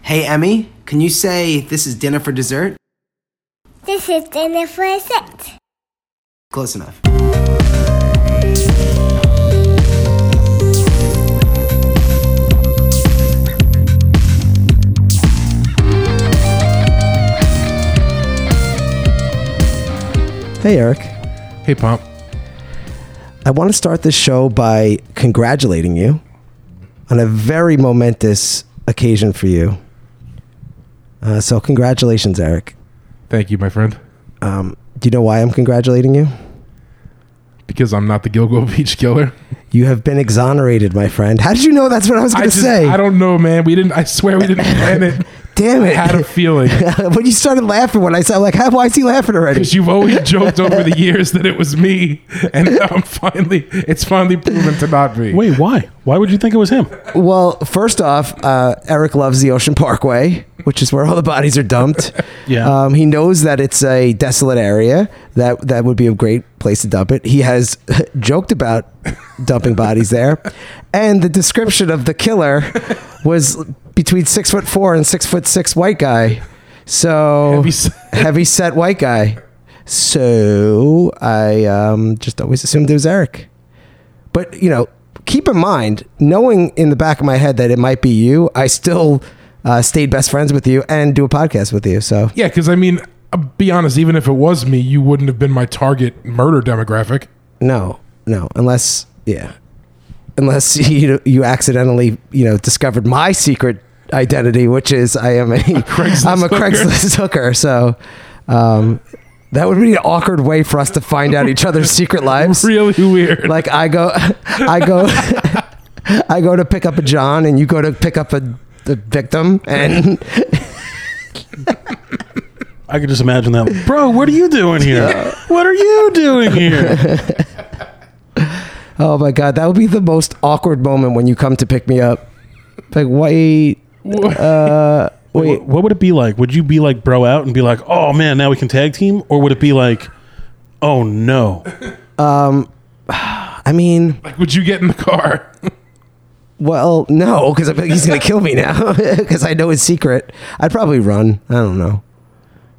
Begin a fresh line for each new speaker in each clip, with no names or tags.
Hey, Emmy, can you say this is dinner for dessert?
This is dinner for a set.
Close enough.
Hey, Eric.
Hey, Pomp.
I want to start this show by congratulating you on a very momentous occasion for you. Uh, so, congratulations, Eric.
Thank you, my friend.
Um, do you know why I'm congratulating you?
Because I'm not the Gilgo Beach killer.
You have been exonerated, my friend. How did you know that's what I was going
I
to
just,
say?
I don't know, man. We didn't. I swear we didn't plan it.
Damn
I
it.
had a feeling
when you started laughing, when I said, like, "How- why is he laughing already?
because you've always joked over the years that it was me, and now I'm finally. It's finally proven to not be.
Wait, why? Why would you think it was him?
Well, first off, uh, Eric loves the Ocean Parkway, which is where all the bodies are dumped.
Yeah.
Um, he knows that it's a desolate area that that would be a great place to dump it. He has joked about dumping bodies there, and the description of the killer was between six foot four and six foot six white guy. So
Heavy set.
heavy set white guy. So I um, just always assumed it was Eric. But you know, keep in mind, knowing in the back of my head that it might be you, I still uh, stayed best friends with you and do a podcast with you. So
Yeah, because I mean, I'll be honest. Even if it was me, you wouldn't have been my target murder demographic.
no, no, unless yeah, unless you you accidentally you know discovered my secret identity, which is I am a,
Craigslist
am a
hooker.
Craigslist hooker. So. Um, that would be an awkward way for us to find out each other's secret lives.
Really weird.
like I go, I go, I go to pick up a John, and you go to pick up a the victim, and
I could just imagine that. Bro, what are you doing here? What are you doing here?
oh my god, that would be the most awkward moment when you come to pick me up. Like wait, uh, wait,
What, what would it be like? Would you be like bro out and be like, oh man, now we can tag team? Or would it be like, oh no?
I mean,
Like, would you get in the car?
well, no, because he's gonna kill me now because I know his secret. I'd probably run. I don't know.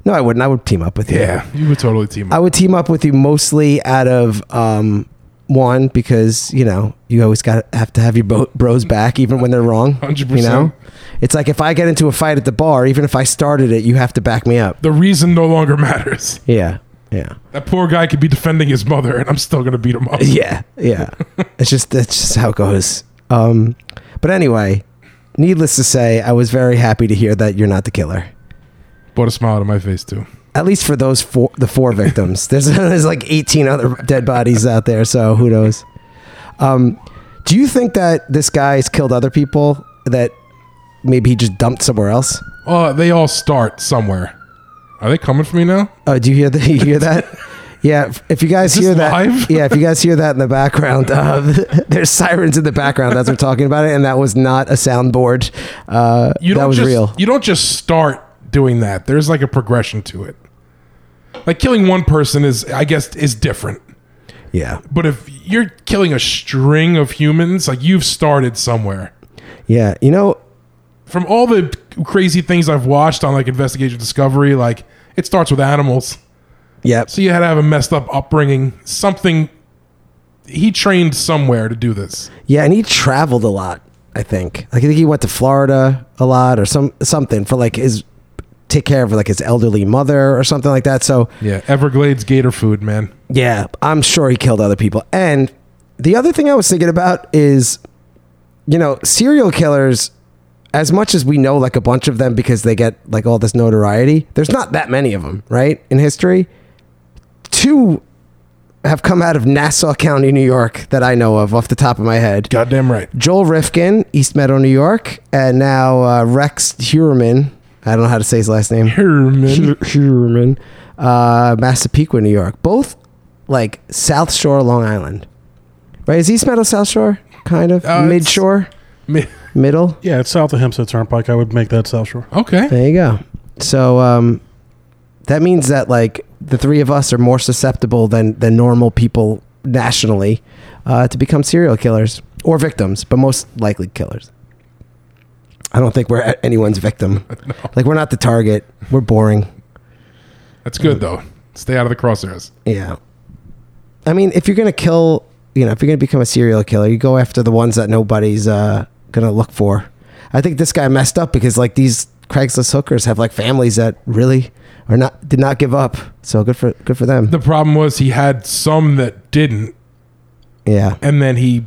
No, I wouldn't. I would team up with you.
Yeah, you would totally team
I
up.
would team up with you mostly out of um, one because you know you always got to have to have your bo- bros back even when they're wrong.
100%.
You know, it's like if I get into a fight at the bar, even if I started it, you have to back me up.
The reason no longer matters.
Yeah, yeah,
That poor guy could be defending his mother, and I'm still gonna beat him up.
yeah, yeah. it's just that's just how it goes. Um, but anyway, needless to say, I was very happy to hear that you're not the killer.
Brought a smile to my face too.
At least for those four, the four victims. There's there's like 18 other dead bodies out there, so who knows? Um, do you think that this guy's killed other people that maybe he just dumped somewhere else?
Uh, they all start somewhere. Are they coming for me now?
Oh, do you hear that? You hear that? Yeah, if- if you guys
Is this
hear that,
live?
yeah, if you guys hear that in the background, uh, there's sirens in the background as we're talking about it, and that was not a soundboard. Uh,
You
that
don't
was
just,
real.
You don't just start doing that. There's like a progression to it. Like killing one person is, I guess, is different.
yeah,
But if you're killing a string of humans, like you've started somewhere.
yeah. You know,
From all the crazy things I've watched on like Investigation Discovery, like it starts with animals.
yeah.
So you had to have a messed up upbringing. Something he trained somewhere to do this.
Yeah, and he traveled a lot. I think. Like I think he went to Florida a lot or some something for like his take care of like his elderly mother or something like that. So
Yeah, Everglades gator food, man.
yeah, I'm sure he killed other people. And the other thing I was thinking about is, you know, serial killers. As much as we know, like a bunch of them because they get like all this notoriety, there's not that many of them, right? In history, two have come out of Nassau County, New York, that I know of off the top of my head.
Goddamn right.
Joel Rifkin, East Meadow, New York, and now uh, Rex Huerman. I don't know how to say his last name.
Herman.
Hu- Huerman, uh, Massapequa, New York. Both like South Shore, Long Island. Right? Is East Meadow South Shore? Kind of
Uh, it's-
mid shore,
Me-
middle.
Yeah, it's south of Hempstead Turnpike. I would make that South Shore.
Okay.
There you go. So um, that means that like the three of us are more susceptible than than normal people nationally uh, to become serial killers or victims, but most likely killers. I don't think we're a- anyone's victim. Like we're not the target. We're boring.
That's good though. Stay out of the crosshairs.
Yeah. I mean, if you're gonna kill, you know, if you're gonna become a serial killer, you go after the ones that nobody's uh, gonna look for. I think this guy messed up because like these Craigslist hookers have like families that really are not did not give up. So good for good for them.
The problem was he had some that didn't,
yeah.
and then he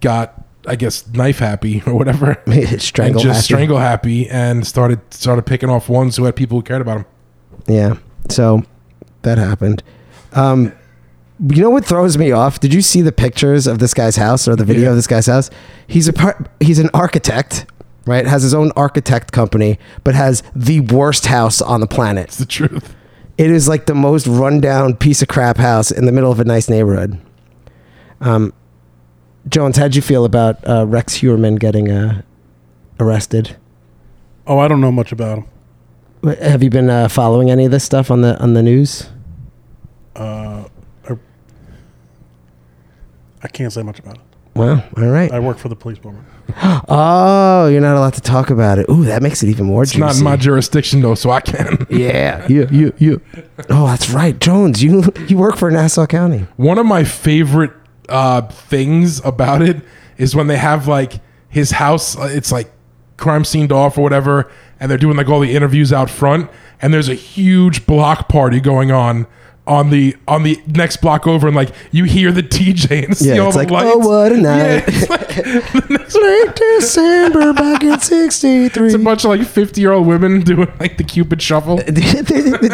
got, I guess, knife happy or whatever, and
strangle.
just
happy.
strangle happy, and started started picking off ones who had people who cared about him.
Yeah. So that happened. Um, you know what throws me off? Did you see the pictures of this guy's house or the video
Yeah.
of this guy's house? He's a par- he's an architect, right? Has his own architect company, but has the worst house on the planet.
It's the truth.
It is like the most rundown piece of crap house in the middle of a nice neighborhood. Um, Jones, how'd you feel about uh, Rex Huerman getting uh, arrested?
Oh, I don't know much about him.
Wh- Have you been uh, following any of this stuff on the on the news?
Uh, I, I can't say much about it.
Wow, all right.
I work for the police department.
Oh, you're not allowed to talk about it. Ooh, that makes it even more
It's not in my jurisdiction though, so I can.
yeah, you, you, you. Oh, that's right, Jones. You you work for Nassau County.
One of my favorite uh, things about it is when they have like his house. uh, It's like crime scened off or whatever, and they're doing like all the interviews out front, and there's a huge block party going on on the on the next block over, and like you hear the DJ and see
Yeah,
all
it's
the
like,
lights.
oh, what a
Yeah,
night.
it's like the next
Late December back in
It's a
'63.
bunch of like fifty year old women doing like the Cupid shuffle.
They're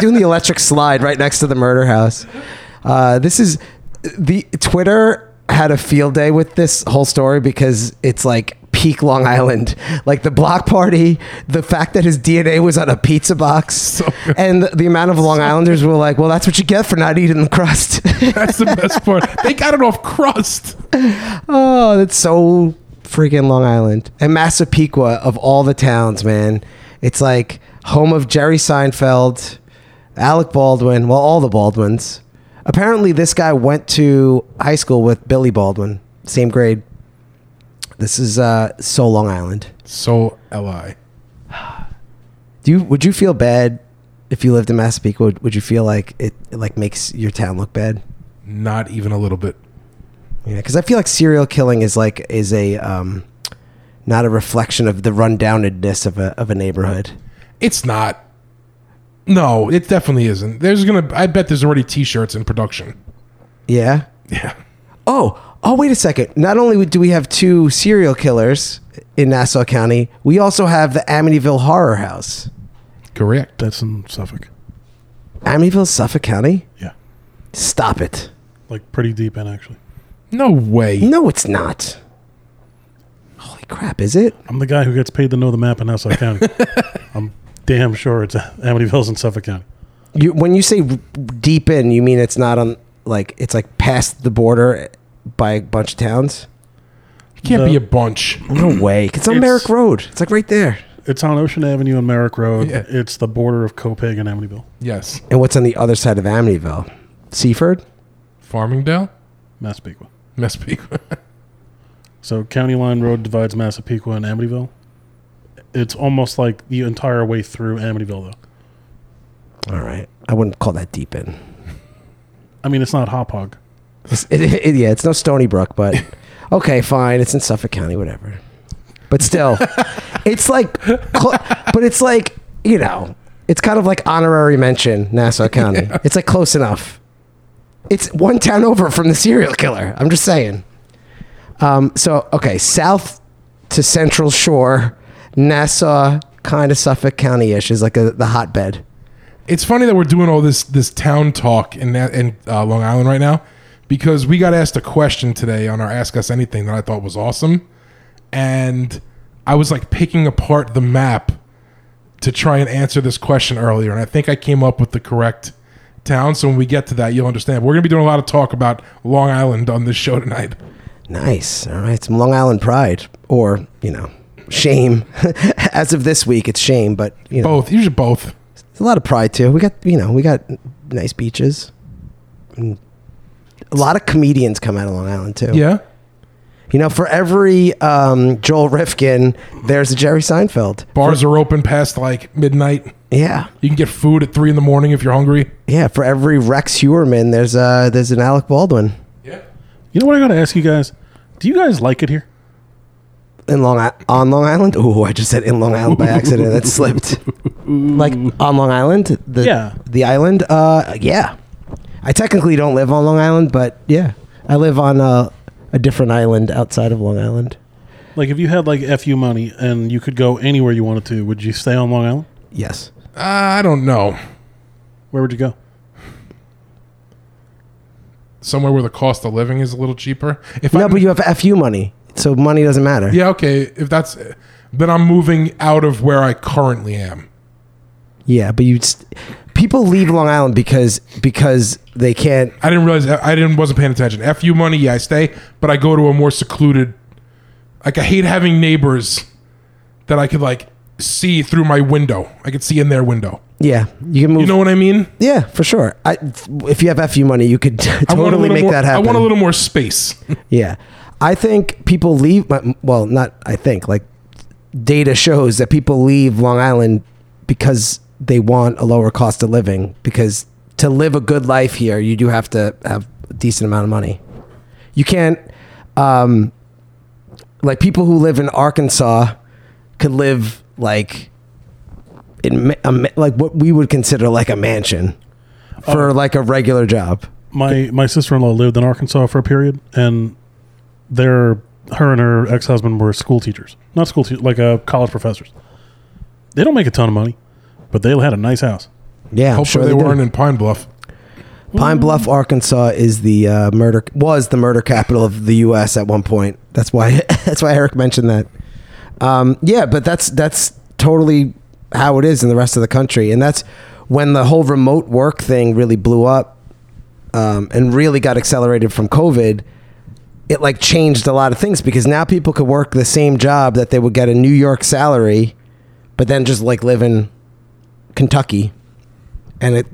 doing the electric slide right next to the murder house. Uh, this is the Twitter had a field day with this whole story because it's like peak Long Island, like the block party, the fact that his DNA was on a pizza box,
good.
and the, the amount of Long Islanders were like, "Well, that's what you get for not eating the crust."
That's the best part. They got it off crust.
Oh, that's so freaking Long Island. And Massapequa, of all the towns, man, it's like home of Jerry Seinfeld, Alec Baldwin, well, all the Baldwins. Apparently, this guy went to high school with Billy Baldwin, same grade. This is uh, so Long Island.
So li.
Do you would you feel bad if you lived in Massapequa? Would, would you feel like it, it like makes your town look bad?
Not even a little bit.
Yeah, because I feel like serial killing is like is a um, not a reflection of the rundownedness of a of a neighborhood.
It's not. No, it definitely isn't. There's gonna. I bet there's already T-shirts in production.
Yeah.
Yeah.
Oh, oh, wait a second. Not only do we have two serial killers in Nassau County, we also have the Amityville Horror House.
Correct.
That's in Suffolk.
Amityville, Suffolk County.
Yeah,
Stop it.
like pretty deep in actually.
No way.
No, it's not. Holy crap! Is it?
I'm the guy who gets paid to know the map in Nassau County. I'm damn sure it's Amityville's in Suffolk County.
You when you say r- deep in, you mean it's not on like it's like past the border by a bunch of towns.
It can't
No.
be a bunch.
No way. Mm. It's on
It's-
Merrick Road. It's like right there.
It's on Ocean Avenue and Merrick Road.
Yeah.
It's the border of Copeg and Amityville.
Yes.
And what's on the other side of Amityville? Seaford?
Farmingdale,
Massapequa.
Massapequa.
So County Line Road divides Massapequa and Amityville. It's almost like the entire way through Amityville, though.
All right. I wouldn't call that deep in.
I mean, it's not Hop Hog.
It's, it, it- yeah, it's no Stony Brook, but okay, fine. It's in Suffolk County, whatever. But still, it's like, cl- but it's like, you know, it's kind of like honorary mention, Nassau County. It's like close enough. It's one town over from the serial killer. I'm just saying. Um, so, okay, south to Central Shore, Nassau, kind of Suffolk County ish, is like a, the hotbed.
it's funny that we're doing all this this town talk in that in uh, Long Island right now because we got asked a question today on our Ask Us Anything that I thought was awesome, and I was like picking apart the map to try and answer this question earlier, and I think I came up with the correct town. So when we get to that, you'll understand. We're gonna be doing a lot of talk about Long Island on this show tonight.
Nice. All right. Some Long Island pride or, you know, shame. As of this week, it's shame, but, you know,
Both, usually both.
it's a lot of pride too. We got, you know, we got nice Mm. beaches. And a lot of comedians come out of Long Island too.
Yeah,
You know, for every um, Joel Rifkin, there's a Jerry Seinfeld.
Bars are open past like midnight.
Yeah,
You can get food at three in the morning if you're hungry.
yeah. For every Rex Hewerman, there's a there's an Alec Baldwin
Yeah.
You know what I gotta ask you guys? Do you guys like it here?
in Long I- on Long Island. Ooh, I just said in Long Island by accident. That slipped. Like on Long Island, the
Yeah.
the island. Uh, yeah. I technically don't live on Long Island, but yeah, I live on a, a different island outside of Long Island.
Like, if you had like fu money and you could go anywhere you wanted to, would you stay on Long Island?
Yes.
Uh, I don't know.
Where would you go?
Somewhere where the cost of living is a little cheaper. If
No,
I'm-
but you have FU money, so money doesn't matter.
yeah, okay. If that's then I'm moving out of where I currently am.
Yeah, but you just, people leave Long Island because because they can't.
I didn't realize I didn't wasn't paying attention. F you money, yeah, I stay, but I go to a more secluded. Like I hate having neighbors that I could like see through my window. I could see in their window.
Yeah, you can move.
You know what I mean?
yeah, for sure. I, if you have FU money, you could
I want a
totally
little
make
more,
that happen.
I want a little more space.
Yeah, I think people leave. my- Well, not I think. Like data shows that people leave Long Island because they want a lower cost of living. Because to live a good life here, you do have to have a decent amount of money. You can't. Um, like people who live in Arkansas could live like in ma- a, ma- like what we would consider like a mansion
Oh.
for like a regular job.
My my sister in law lived in Arkansas for a period, and their her and her ex husband were school teachers, not school teachers, like uh, college professors. They don't make a ton of money, but they had a nice house.
Yeah, I'm
Hopefully
sure
they,
do.
weren't in Pine Bluff.
Pine Bluff, Arkansas, is the uh, murder was the murder capital of the U.S. at one point. That's why that's why Eric mentioned that. Um, yeah, but that's that's totally how it is in the rest of the country, and that's when the whole remote work thing really blew up um, and really got accelerated from COVID. It like changed a lot of things because now people could work the same job that they would get a New York salary, but then just like live in Kentucky, and it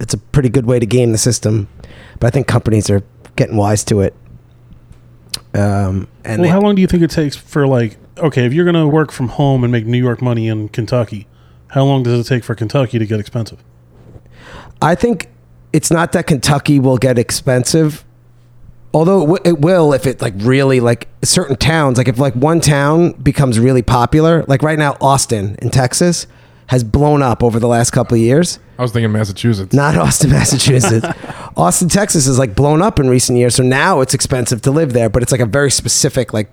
it's a pretty good way to game the system. But I think companies are getting wise to it. Um, and
Well,
they-
how long do you think it takes for like okay, if you're gonna work from home and make New York money in Kentucky, how long does it take for Kentucky to get expensive?
I think it's not that Kentucky will get expensive, although it, w- it will if it like really like certain towns. Like if like one town becomes really popular, like right now Austin in Texas has blown up over the last couple of years.
I was thinking Massachusetts.
Not Austin, Massachusetts. Austin, Texas is like blown up in recent years, so now it's expensive to live there. But it's like a very specific like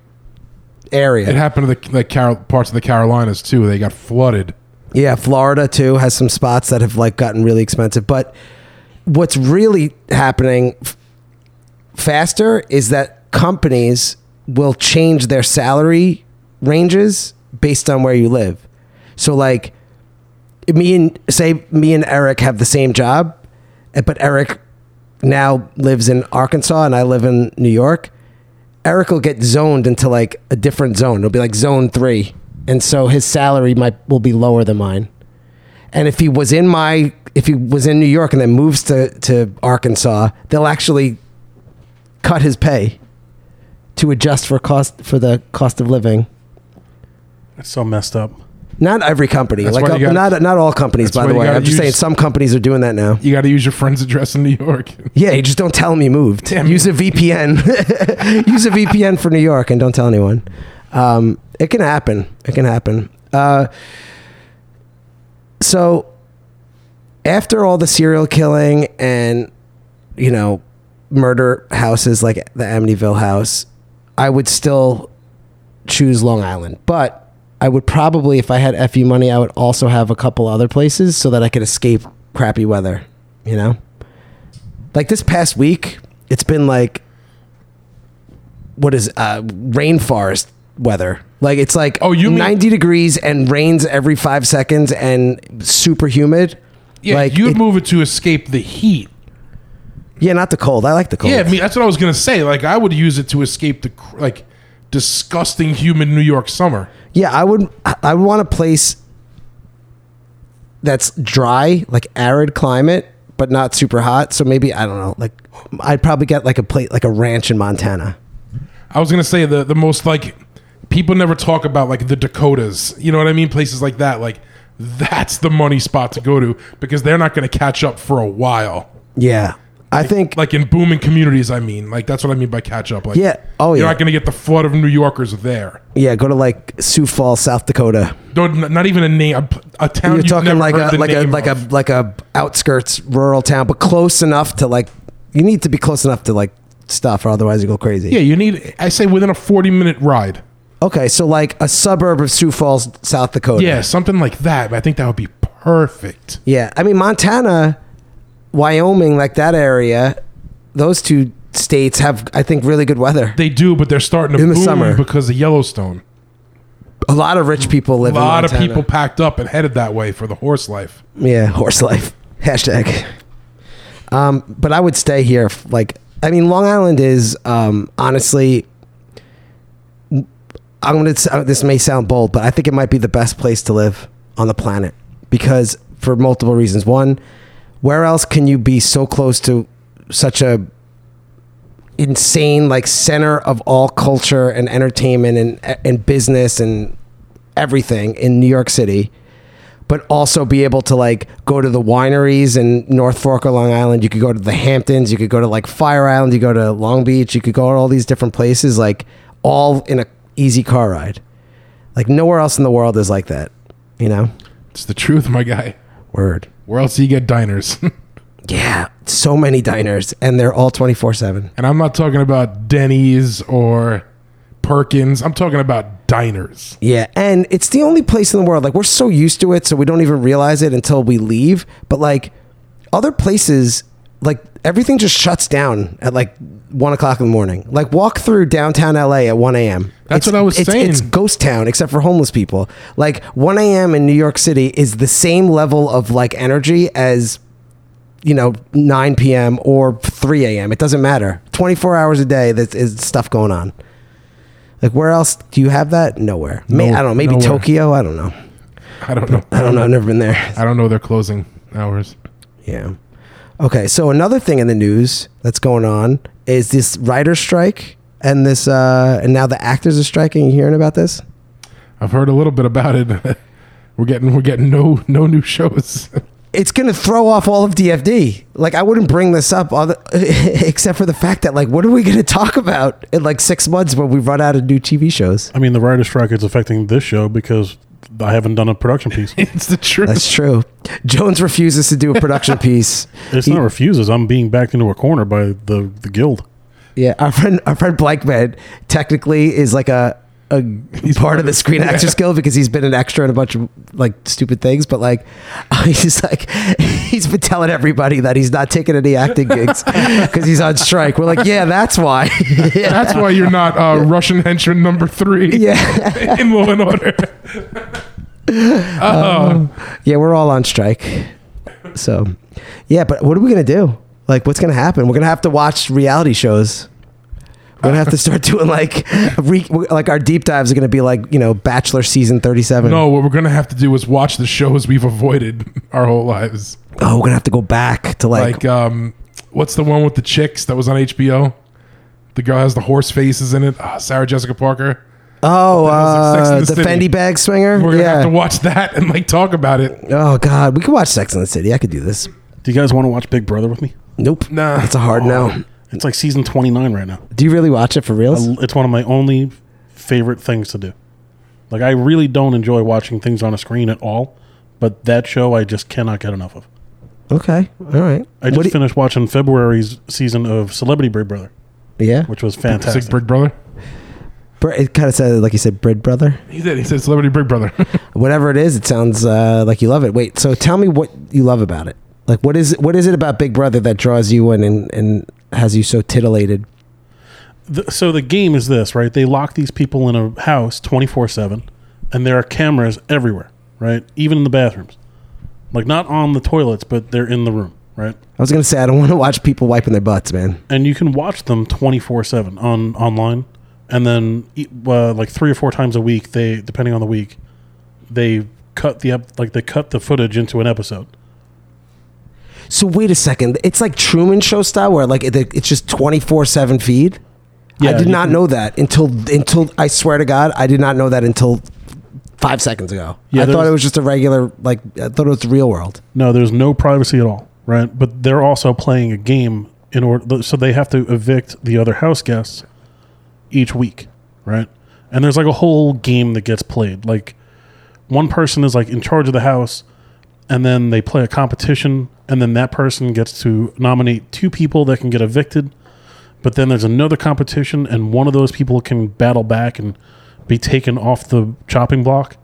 area.
It happened to the like Carol, parts of the Carolinas too. They got flooded.
Yeah, Florida too has some spots that have like gotten really expensive. But what's really happening f- faster is that companies will change their salary ranges based on where you live. So like me and say me and Eric have the same job, eh, but Eric now lives in Arkansas and I live in New York. Eric will get zoned into like a different zone. It'll be like zone three, and so his salary might will be lower than mine. And if he was in my if he was in New York and then moves to to Arkansas, they'll actually cut his pay to adjust for cost for the cost of living.
It's so messed up.
Not every company,
That's
like
why
uh,
you gotta-
not not all companies.
That's
By
why
the
you
way,
gotta
I'm just saying
use-
some companies are doing that now.
You got to use your friend's address in New York.
Yeah, you just don't tell them you moved. Use a VPN. Use a VPN for New York and don't tell anyone. Um, it can happen. It can happen. Uh, so, after all the serial killing and, you know, murder houses like the Amityville house, I would still choose Long Island. But I would probably, if I had FU money, I would also have a couple other places so that I could escape crappy weather, you know? like this past week it's been like what is uh rainforest weather like it's like
Oh, you mean-
90 degrees and rains every five seconds and super humid
Yeah,
like
you'd
it-
move it to escape the heat.
yeah not the cold i like the cold
Yeah, I mean, that's what I was gonna say. Like, I would use it to escape the cr- like disgusting humid New York summer.
Yeah, I would. I- I would want a place that's dry, like arid climate, but not super hot. So maybe I don't know. Like, I'd probably get like a plate, like a ranch in Montana.
I was gonna say the the most like people never talk about like the Dakotas. You know what I mean? Places like that. Like that's the money spot to go to because they're not gonna catch up for a while.
Yeah. I think
Like in booming communities, I mean. Like that's what I mean by catch up. Like
Yeah. Oh,
you're
yeah.
not gonna get the flood of New Yorkers there.
yeah, go to like Sioux Falls, South Dakota.
No, n- not even a name. A, p- a town.
You're
you've
talking
never
like
heard
a
the
like a
name
like
of.
a like a outskirts rural town, but close enough to like you need to be close enough to like stuff or otherwise you go crazy.
Yeah, you need. I say within a forty-minute ride.
Okay, so like a suburb of Sioux Falls, South Dakota.
Yeah, something like that. I think that would be perfect.
Yeah. I mean Montana, Wyoming, like that area, those two states have I think really good weather.
They do, but they're starting to
In the
boom
summer.
because of Yellowstone.
A lot of rich people
A
live
lot
in
of
Montana.
people packed up and headed that way for the horse life.
Yeah, horse life. Hashtag. Um, but I would stay here. f- Like, I mean, Long Island is um, honestly. I'm gonna. s- uh, This may sound bold, but I think it might be the best place to live on the planet because for multiple reasons. One, where else can you be so close to such a insane like center of all culture and entertainment and and business and everything in New York City? but also be able to like go to the wineries in North Fork or Long Island. You could go to the Hamptons. You could go to like Fire Island. You go to Long Beach. You could go to all these different places, like all in a easy car ride. Like nowhere else in the world is like that. You know,
It's the truth, my guy.
word.
Where else do you get diners?
Yeah, so many diners, and they're all twenty four seven.
and I'm not talking about Denny's or Perkins. I'm talking about diners.
Yeah, and it's the only place in the world. Like we're so used to it, so we don't even realize it until we leave. But like other places, like everything just shuts down at like one o'clock in the morning. Like walk through downtown LA at one a.m.
That's
It's-
what I was
it's-
saying.
It's ghost town, except for homeless people. Like one a.m. in New York City is the same level of like energy as you know 9 p.m. or 3 a.m. It doesn't matter. 24 hours a day, there is stuff going on. Like where else do you have that? Nowhere. May,
No-
I don't know. Maybe
nowhere.
Tokyo. I don't know.
I don't know.
I don't know. I've never been there.
I don't know their closing hours.
Yeah. Okay. So another thing in the news that's going on is this writer strike and this uh and now the actors are striking. You hearing about this?
I've heard a little bit about it. we're getting we're getting no no new shows.
It's gonna throw off all of DFD. Like I wouldn't bring this up, other, except for the fact that like, what are we gonna talk about in like six months when we run out of new TV shows?
I mean, the writer's strike is affecting this show because I haven't done a production piece.
it's the truth.
That's true. Jones refuses to do a production piece.
It's
He-
not refuses. I'm being backed into a corner by the, the guild.
Yeah, our friend, our friend Blankman technically is like a a part of the Screen Actors Guild because he's been an extra in a bunch of like stupid things. But like, he's like, he's been telling everybody that he's not taking any acting gigs because he's on strike. We're like, yeah, that's why. yeah.
That's why you're not uh, Russian henchman number three
yeah,
in Law and Order. oh,
yeah, we're all on strike. So, yeah, but what are we gonna do? Like, what's gonna happen? We're gonna have to watch reality shows. We're gonna have to start doing like, re- like our deep dives are gonna be like you know Bachelor season thirty seven.
no, what we're gonna have to do is watch the shows we've avoided our whole lives.
oh, we're gonna have to go back to like,
Like, um, what's the one with the chicks that was on HBO? The girl has the horse faces in it. Ah, Sarah Jessica Parker.
oh,
was like Sex
uh,
and
the
the City.
Fendi bag swinger.
We're gonna
Mm, yeah.
have to watch that and like talk about it.
oh God, we could watch Sex in the City. I could do this.
Do you guys want to watch Big Brother with me?
Nope.
Nah.
It's a hard no.
It's like season 29 right now.
Do you really watch it for reals?
It's one of my only favorite things to do. Like, I really don't enjoy watching things on a screen at all, but that show I just cannot get enough of.
Okay. All right.
I
What
just
do
finished watching February's season of Celebrity Big Brother,
you- yeah.
which was
Sick
fantastic.
Big Brother.
Br- It kind of sounded like you said bread brother.
He said. He said Celebrity Big Brother.
Whatever it is, it sounds uh, like you love it. Wait. So tell me what you love about it. Like what is what is it about Big Brother that draws you in and, and has you so titillated?
the, so the game is this, right? They lock these people in a house 24 7, and there are cameras everywhere, right? Even in the bathrooms. Like, not on the toilets, but they're in the room, right?
I was gonna say I don't want to watch people wiping their butts, man.
And you can watch them 24 7 on online. And then, e- uh, like, three or four times a week, they, depending on the week, they cut the ep- like they cut the footage into an episode
So wait a second. It's like Truman Show style, where like it, it's just twenty four seven feed.
Yeah,
I did
you
not
can-
know that until until I swear to God, I did not know that until five seconds ago.
Yeah,
I thought
there's-
it was just a regular like I thought it was the real world.
No, there's no privacy at all, right? But they're also playing a game in order, so they have to evict the other house guests each week, right? And there's like a whole game that gets played. Like one person is like in charge of the house, and then they play a competition, and then that person gets to nominate two people that can get evicted. But then there's another competition, and one of those people can battle back and be taken off the chopping block.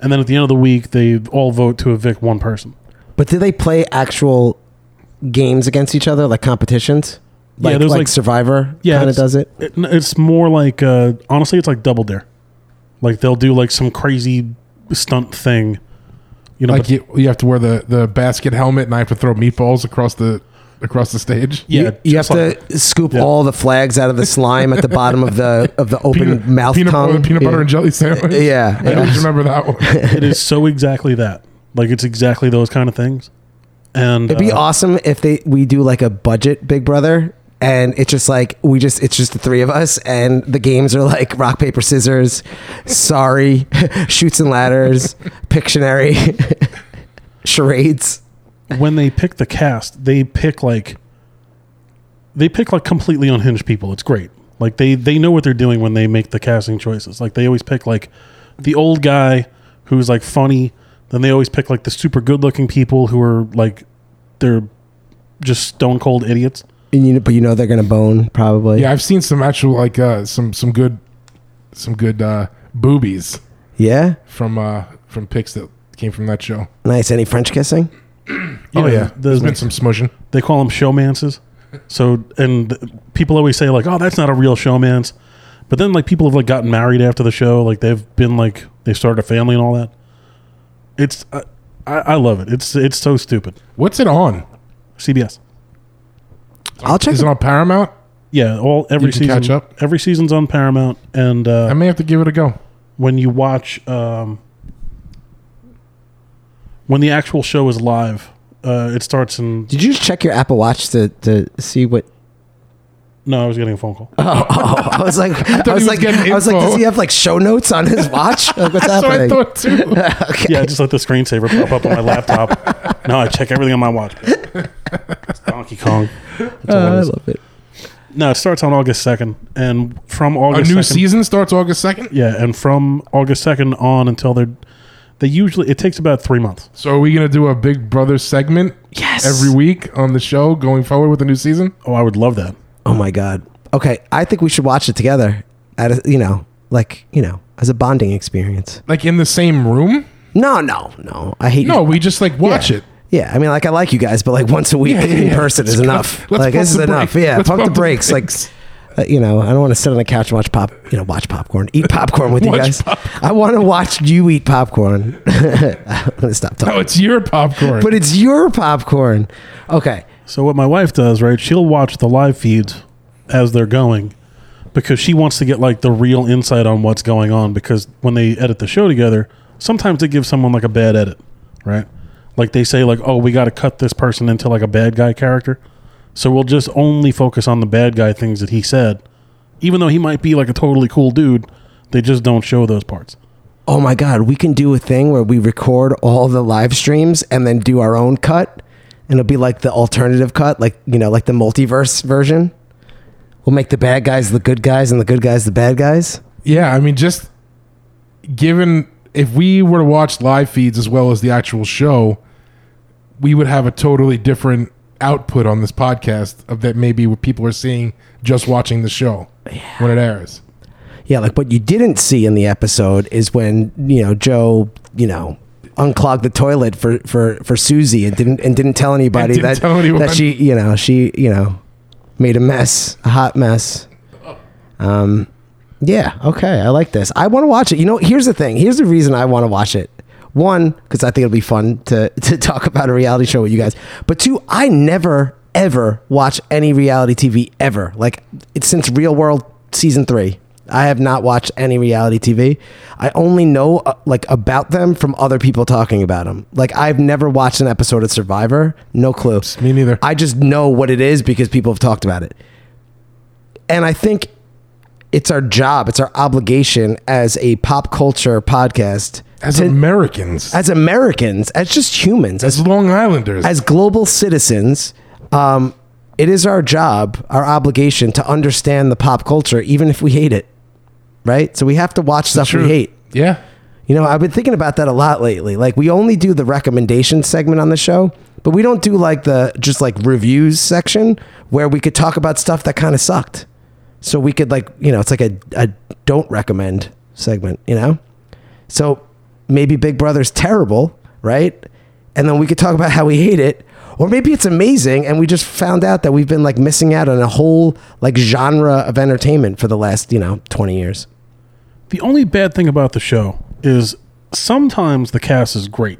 And then at the end of the week, they all vote to evict one person.
But did they play actual games against each other, like competitions?
Yeah,
Like,
there's,
like,
like-
Survivor
Yeah,
kind of
it's-
does it.
It- it's more like uh, honestly, it's like Double Dare. Like they'll do like some crazy stunt thing, you know.
Like
but-
you, you have to wear the, the basket helmet, and I have to throw meatballs across the across the stage.
yeah,
you, you have
just like-
to scoop
Yeah.
all the flags out of the slime at the bottom of the of the open
peanut,
mouth
peanut,
tongue.
butter, peanut
yeah.
butter and jelly sandwich.
Yeah.
I always remember that one.
it is so exactly that. Like it's exactly those kind of things. And
It'd be
uh,
awesome if they we do like a budget Big Brother, and it's just like we just it's just the three of us, and the games are like rock paper scissors, sorry, shoots and ladders, Pictionary, charades.
when they pick the cast, they pick like they pick like completely unhinged people. It's great. Like they they know what they're doing when they make the casting choices. Like they always pick like the old guy who's like funny. Then they always pick like the super good looking people who are like they're just stone cold idiots.
And you, but you know they're gonna bone probably.
yeah, I've seen some actual like uh, some some good some good uh, boobies
Yeah?
from uh, from pics that came from that show.
Nice. Any French kissing?
oh yeah, there's
there's
been some smushing.
they call them showmances. So and th- people always say like, "Oh, that's not a real showman's," but then like people have like gotten married after the show, like they've been like they've started a family and all that. It's I, I I love it. It's it's so stupid.
What's it on?
CBS,
I'll check.
Is it on Paramount?
yeah, all every
You can
season.
catch up.
Every season's on Paramount, and uh,
I may have to give it a go.
when you watch um, when the actual show is live, uh, it starts in.
Did you just check your Apple Watch to to see what?
No, I was getting a phone call.
Oh, oh, I was like,
he
I, was,
was
like,
getting
I was like,
info.
does he have like show notes on his watch? Like, what's
So I
happening?
thought too.
Okay.
Yeah, I just let the screensaver pop up on my laptop. now I check everything on my watch. It's Donkey Kong. That's all
Uh, I
it is.
love it.
No, it starts on August 2nd. And from
A
August
new
2nd
season starts August second.
Yeah, and from August 2nd on until they're. They usually. It takes about three months.
So are we gonna do a Big Brother segment
Yes.
every week on the show going forward with the new season?
Oh, I would love that.
Oh my god. Okay, I think we should watch it together. At a, you know, like you know, as a bonding experience.
Like in the same room?
No, no, no. I hate.
No,
You.
we just like watch it.
Yeah, I mean, like I like you guys, but like once a week
Yeah, yeah,
in
yeah.
person is
Let's
enough.
pump- let's
like
pump
this is
the
enough.
brakes.
Yeah,
Let's
pump,
pump
the
the
brakes. Like,
brakes.
uh, you know, I don't want to sit on the couch and watch pop. You know, watch popcorn, eat popcorn with you
Watch
guys. I want to watch you eat popcorn. I'm gonna stop
No,
talking.
it's your popcorn.
But it's your popcorn. Okay.
So what my wife does, right? She'll watch the live feeds as they're going because she wants to get like the real insight on what's going on because when they edit the show together, sometimes they give someone like a bad edit, right? Like they say like, "Oh, we got to cut this person into like a bad guy character." So we'll just only focus on the bad guy things that he said. Even though he might be like a totally cool dude, they just don't show those parts.
oh my god we can do a thing where we record all the live streams and then do our own cut and it'll be like the alternative cut like you know like the multiverse version we'll make the bad guys the good guys and the good guys the bad guys
yeah, I mean, just given if we were to watch live feeds as well as the actual show, we would have a totally different output on this podcast of that maybe what people are seeing just watching the show when it airs.
yeah like what you didn't see in the episode is when you know joe you know unclogged the toilet for for for susie and didn't and didn't tell anybody
didn't
that
tell anyone.
that she you know she you know made a mess a hot mess um yeah okay i like this i want to watch it you know here's the thing here's the reason i want to watch it one because i think it'll be fun to to talk about a reality show with you guys but two i never ever watch any reality tv ever like it's since real world season three i have not watched any reality tv i only know uh, like about them from other people talking about them like i've never watched an episode of survivor no clue
Me neither.
I just know what it is because people have talked about it. And I think it's our job, it's our obligation as a pop culture podcast,
As
to-
Americans, as,
as Americans, as just humans, as
Long Islanders,
as global citizens, um, it is our job, our obligation to understand the pop culture, even if we hate it. Right? So we have to watch stuff
True.
we hate.
Yeah.
You know, I've been thinking about that a lot lately. Like, we only do the recommendation segment on the show, but we don't do like the just like reviews section where we could talk about stuff that kind of sucked. So we could, like, you know, it's like a, a don't recommend segment, you know? So maybe Big Brother's terrible, right? And then we could talk about how we hate it. Or maybe it's amazing and we just found out that we've been like missing out on a whole like genre of entertainment for the last, you know, 20 years.
The only bad thing about the show is sometimes the cast is great,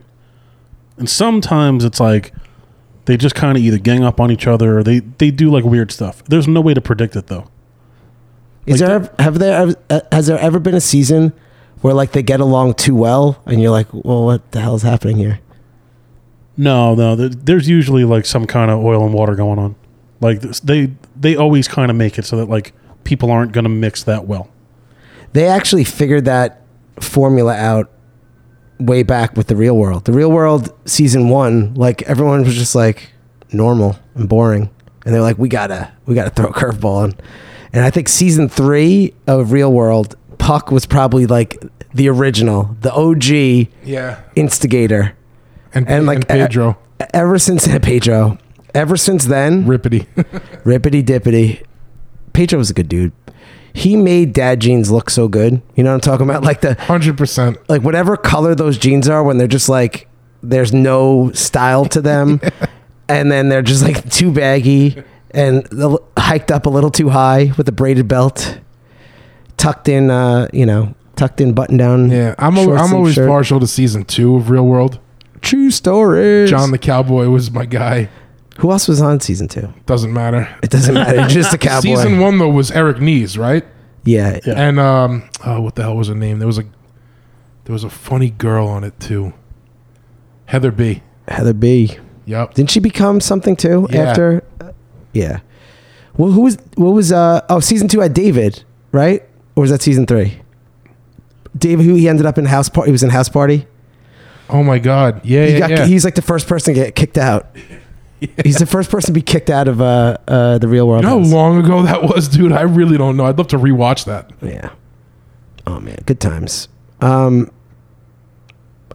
and sometimes it's like they just kind of either gang up on each other or they, they do like weird stuff. There's no way to predict it though.
Is
Like
there ev- have there ev- uh, has there ever been a season where like they get along too well and you're like, well, what the hell is happening here?
No, no. there- There's usually like some kind of oil and water going on. Like this- they they always kind of make it so that like people aren't going to mix that well.
They actually figured that formula out way back with the real world. The real world season one, like everyone was just like normal and boring, and they're like, we gotta we gotta throw a curveball in. And I think season three of Real World, Puck was probably like the original, the OG
Yeah.
instigator.
And,
And, like,
like Pedro
Ever since Pedro, ever since then,
Rippity.
Rippity dippity. Pedro was a good dude. He made dad jeans look so good. You know what I'm talking about? Like the
100%.
like whatever color those jeans are when they're just like there's no style to them and then they're just like too baggy and the- hiked up a little too high with a braided belt tucked in uh you know tucked in button down
Yeah. I'm, al-
short
I'm
sleeve
always
shirt.
partial to season two of Real World.
true stories
John the Cowboy was my guy.
who else was on season two
Doesn't matter.
it doesn't matter You're just a cowboy
Season one, though, was Eric Knees, right?
yeah
Yeah.
And um, oh, what the hell was her name? There was a there was a funny girl on it too. Heather B.
heather b
Yep.
Didn't she become something too
Yeah.
after? yeah. Well, who was what was uh oh season two had David right or was that season three? David, who he ended up in house party, he was in house party.
Oh my God. Yeah.
He
yeah,
got,
yeah.
He's like the first person to get kicked out. He's the first person to be kicked out of uh, uh the real world.
you know how
house.
long ago that was, dude? I really don't know. I'd love to rewatch that.
Yeah. Oh man, good times. Um.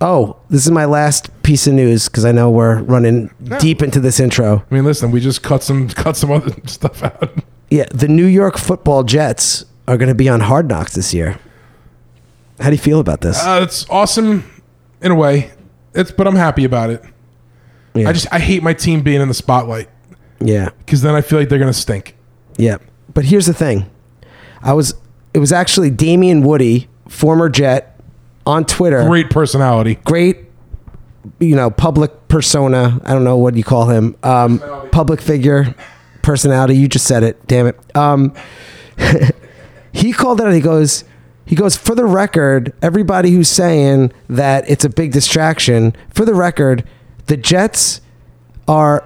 Oh, this is my last piece of news because I know we're running deep into this intro.
I mean, listen, we just cut some cut some other stuff out.
Yeah, the New York Football Jets are going to be on Hard Knocks this year. How do you feel about this?
Uh, it's awesome in a way. It's but I'm happy about it.
yeah.
I just I hate my team being in the spotlight
yeah,
because then I feel like they're gonna stink.
yeah. But here's the thing: I was it was actually Damian Woody, former Jet, on Twitter.
Great personality.
great, you know, public persona. I don't know what you call him. Um, public figure, personality. You just said it. Damn it. Um, he called it out. He goes, he goes. For the record, everybody who's saying that it's a big distraction. For the record, the Jets are.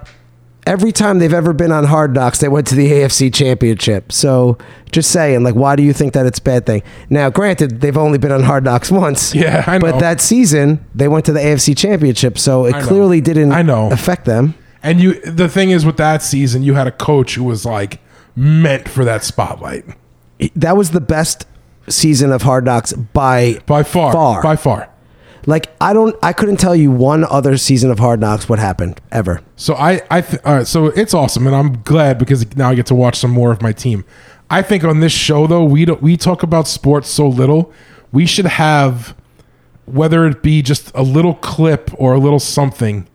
Every time they've ever been on Hard Knocks, they went to the AFC Championship. So, just saying, like, why do you think that it's a bad thing? Now, granted, they've only been on Hard Knocks once.
Yeah, I
But
know.
that season they went to the AFC Championship, so it
I know.
clearly didn't
I know.
affect them.
And you the thing is with that season, you had a coach who was like meant for that spotlight.
That was the best season of Hard Knocks by
By far.
Far.
By far.
like I don't I couldn't tell you one other season of Hard Knocks what happened ever.
So I, I th- all right, so it's awesome, and I'm glad because now I get to watch some more of my team. I think on this show though, we don't, we talk about sports so little. We should have whether it be just a little clip or a little something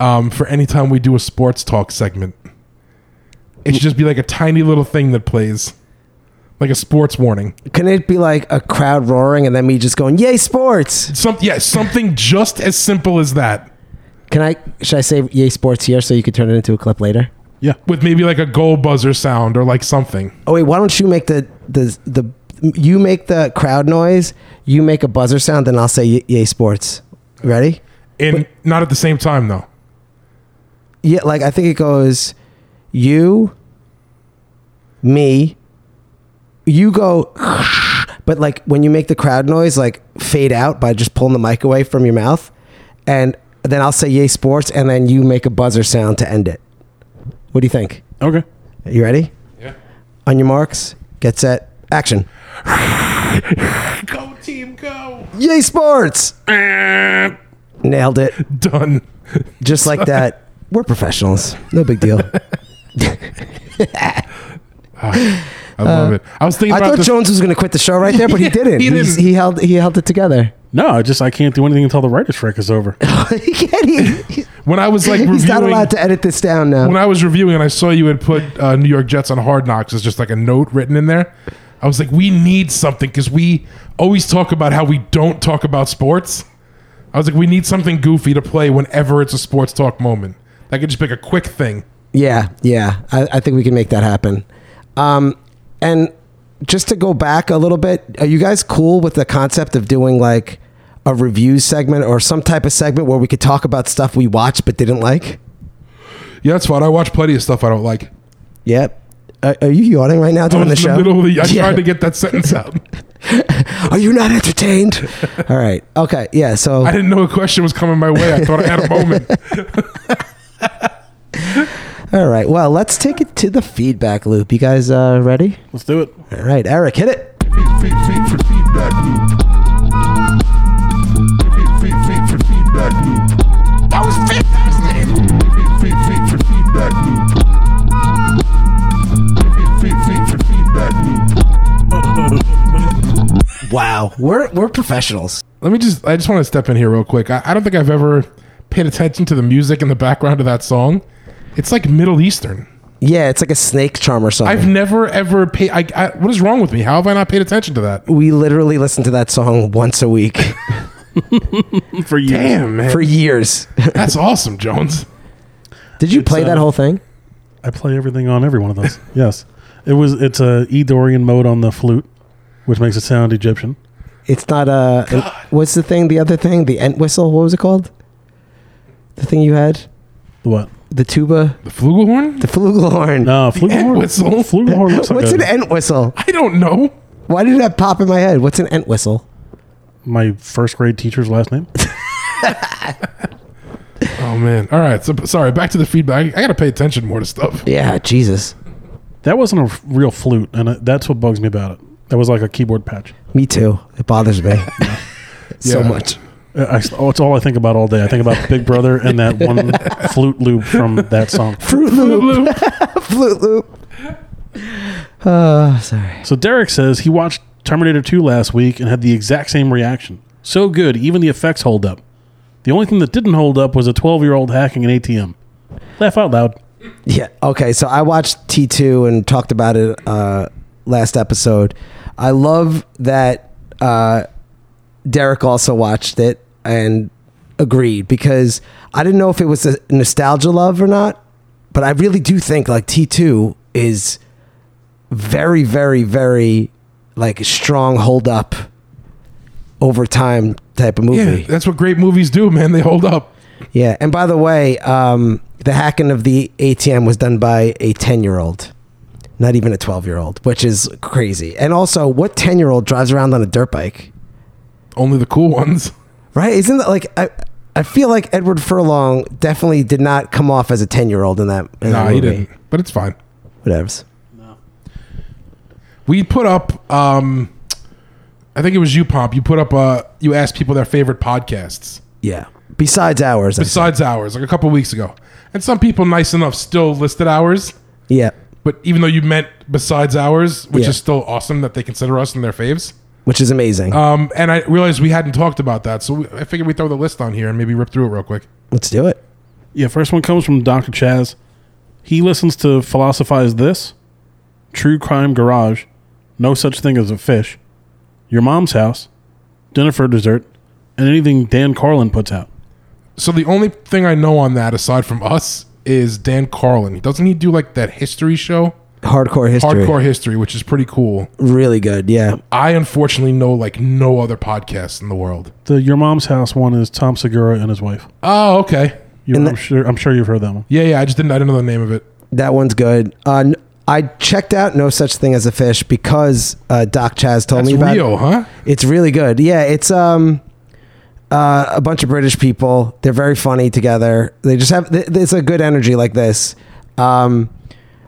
um, for any time we do a sports talk segment. It should just be like a tiny little thing that plays, like a sports warning.
Can it be like a crowd roaring and then me just going "Yay sports"?
Some yeah, something just as simple as that,
Can I should I say "Yay sports" here so you could turn it into a clip later?
Yeah,
with maybe like a goal buzzer sound or like something.
Oh wait, why don't you make the the the you make the crowd noise, you make a buzzer sound, then I'll say "Yay sports." Ready?
And not at the same time though.
Yeah, like I think it goes you, me, you go, but like when you make the crowd noise, like fade out by just pulling the mic away from your mouth, and then I'll say "Yay Sports," and then you make a buzzer sound to end it. What do you think?
Okay.
You ready?
Yeah.
On your marks, get set, action.
Go team, go.
Yay Sports! Nailed it,
Done.
just like that. We're professionals. No big deal.
Ah, I love it. I was thinking
Uh, I
about
thought
this.
Jones was going to quit the show right there, but he didn't.
he
He's-
didn't.
he held. He held it together.
No, I just I can't do anything until the writer's strike is over.
he can't. He, he's
when I was like
not
reviewing,
allowed to edit this down now.
when I was reviewing and I saw you had put uh, New York Jets on Hard Knocks as just like a note written in there, I was like, we need something because we always talk about how we don't talk about sports. I was like, we need something goofy to play whenever it's a sports talk moment. I could just pick a quick thing.
Yeah, yeah. I, I think we can make that happen. Um, and just to go back a little bit, are you guys cool with the concept of doing like a review segment or some type of segment where we could talk about stuff we watched but didn't like?
Yeah, that's fine. I watch plenty of stuff I don't like.
Yep. Are, are you yawning right now
I
during
was
the
in
show?
the middle of the. I
Yeah.
tried to get that sentence out.
Are you not entertained? All right. Okay. Yeah. So
I didn't know a question was coming my way. I thought I had a moment.
all right. Well, let's take it to the feedback loop. You guys uh, ready?
Let's do it.
All right, Eric, hit it. Wow, we're we're professionals.
Let me just. I just want to step in here real quick. I, I don't think I've ever paid attention to the music in the background of that song. It's like Middle Eastern.
Yeah, it's like a snake charmer song.
I've never ever paid. I, I, what is wrong with me? How have I not paid attention to that?
we literally listen to that song once a week
For you.
Damn, man,
for years.
that's awesome, Jones.
Did you play
uh,
that whole thing?
I play everything on every one of those. yes. It was it's a E Dorian mode on the flute, which makes it sound Egyptian.
It's not a. an- what's the thing? The other thing? The ent whistle? What was it called? The thing you had?
The what?
The tuba?
The flugelhorn?
The flugelhorn?
No, flugelhorn.
end whistle.
Flugelhorn looks like
What's
a-
an ent whistle?
I don't know.
Why did that pop in my head? What's an ent whistle?
my first grade teacher's last name.
Oh man. All right. So sorry. Back to the feedback. I gotta pay attention more to stuff.
Yeah, Jesus.
That wasn't a f- real flute, and uh, that's what bugs me about it. That was like a keyboard patch.
Me too. It bothers me so
Yeah.
much.
Uh, I, oh, it's all I think about all day. I think about Big Brother and that one flute loop from that song.
Fruit Loop. Flute Loop. Oh, sorry.
So Derek says he watched Terminator 2 last week and had the exact same reaction. So good, even the effects hold up. The only thing that didn't hold up was a 12 year old hacking an ATM. Laugh out loud.
Yeah. Okay. So I watched T2 and talked about it uh, last episode. I love that uh, Derek also watched it and agreed because I didn't know if it was a nostalgia love or not, but I really do think like T2 is very, very, very like strong hold up over time type of movie.
Yeah, that's what great movies do, man. They hold up.
Yeah, and by the way, um, the hacking of the ATM was done by a ten-year-old, not even a twelve-year-old, which is crazy. And also, what ten-year-old drives around on a dirt bike?
Only the cool ones.
Right? Isn't that like I? I feel like Edward Furlong definitely did not come off as a ten-year-old in that. In
Nah,
that
he
movie.
didn't. But it's fine.
Whatevs.
We put up. um I think it was you, Pomp. You put up. Uh, you asked people their favorite podcasts.
Yeah. Besides ours. I-
besides ours, like a couple weeks ago. And some people, nice enough, still listed ours.
yeah.
But even though you meant besides ours, which
Yeah.
is still awesome that they consider us in their faves.
Which is amazing.
Um, and I realized we hadn't talked about that, so we, I figured we'd throw the list on here and maybe rip through it real quick.
Let's do it.
Yeah, first one comes from Dr. Chaz. He listens to Philosophize This, True Crime Garage, No Such Thing as a Fish, Your Mom's House, Dinner for Dessert, and anything Dan Carlin puts out.
So the only thing I know on that, aside from us, is Dan Carlin. Doesn't he do like that history show,
Hardcore history.
Hardcore History, which is pretty cool?
Really good. Yeah.
I unfortunately know like no other podcasts in the world.
The Your Mom's House one is Tom Segura and his wife.
Oh, okay.
You,
And
I'm
the-
sure I'm sure you've heard that one.
Yeah, yeah. I just didn't. I didn't know the name of it.
That one's good. Uh, n- I checked out No Such Thing as a Fish because uh, Doc Chaz told
That's
me about it.
real, huh?
It's really good. Yeah, it's um uh, a bunch of British people. They're very funny together. They just have th- it's a good energy like this. Um,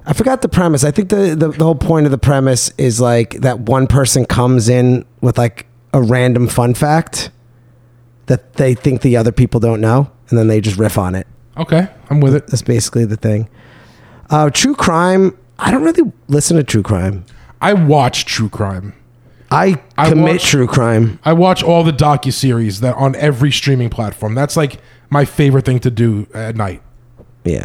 I forgot the premise. I think the, the the whole point of the premise is like that one person comes in with like a random fun fact that they think the other people don't know, and then they just riff on it.
Okay, I'm with it.
That's basically the thing. Uh, true crime. I don't really listen to true crime.
I watch true crime.
I,
I
commit
watch-
true crime.
I watch all the docu series that on every streaming platform. That's like my favorite thing to do at night.
Yeah.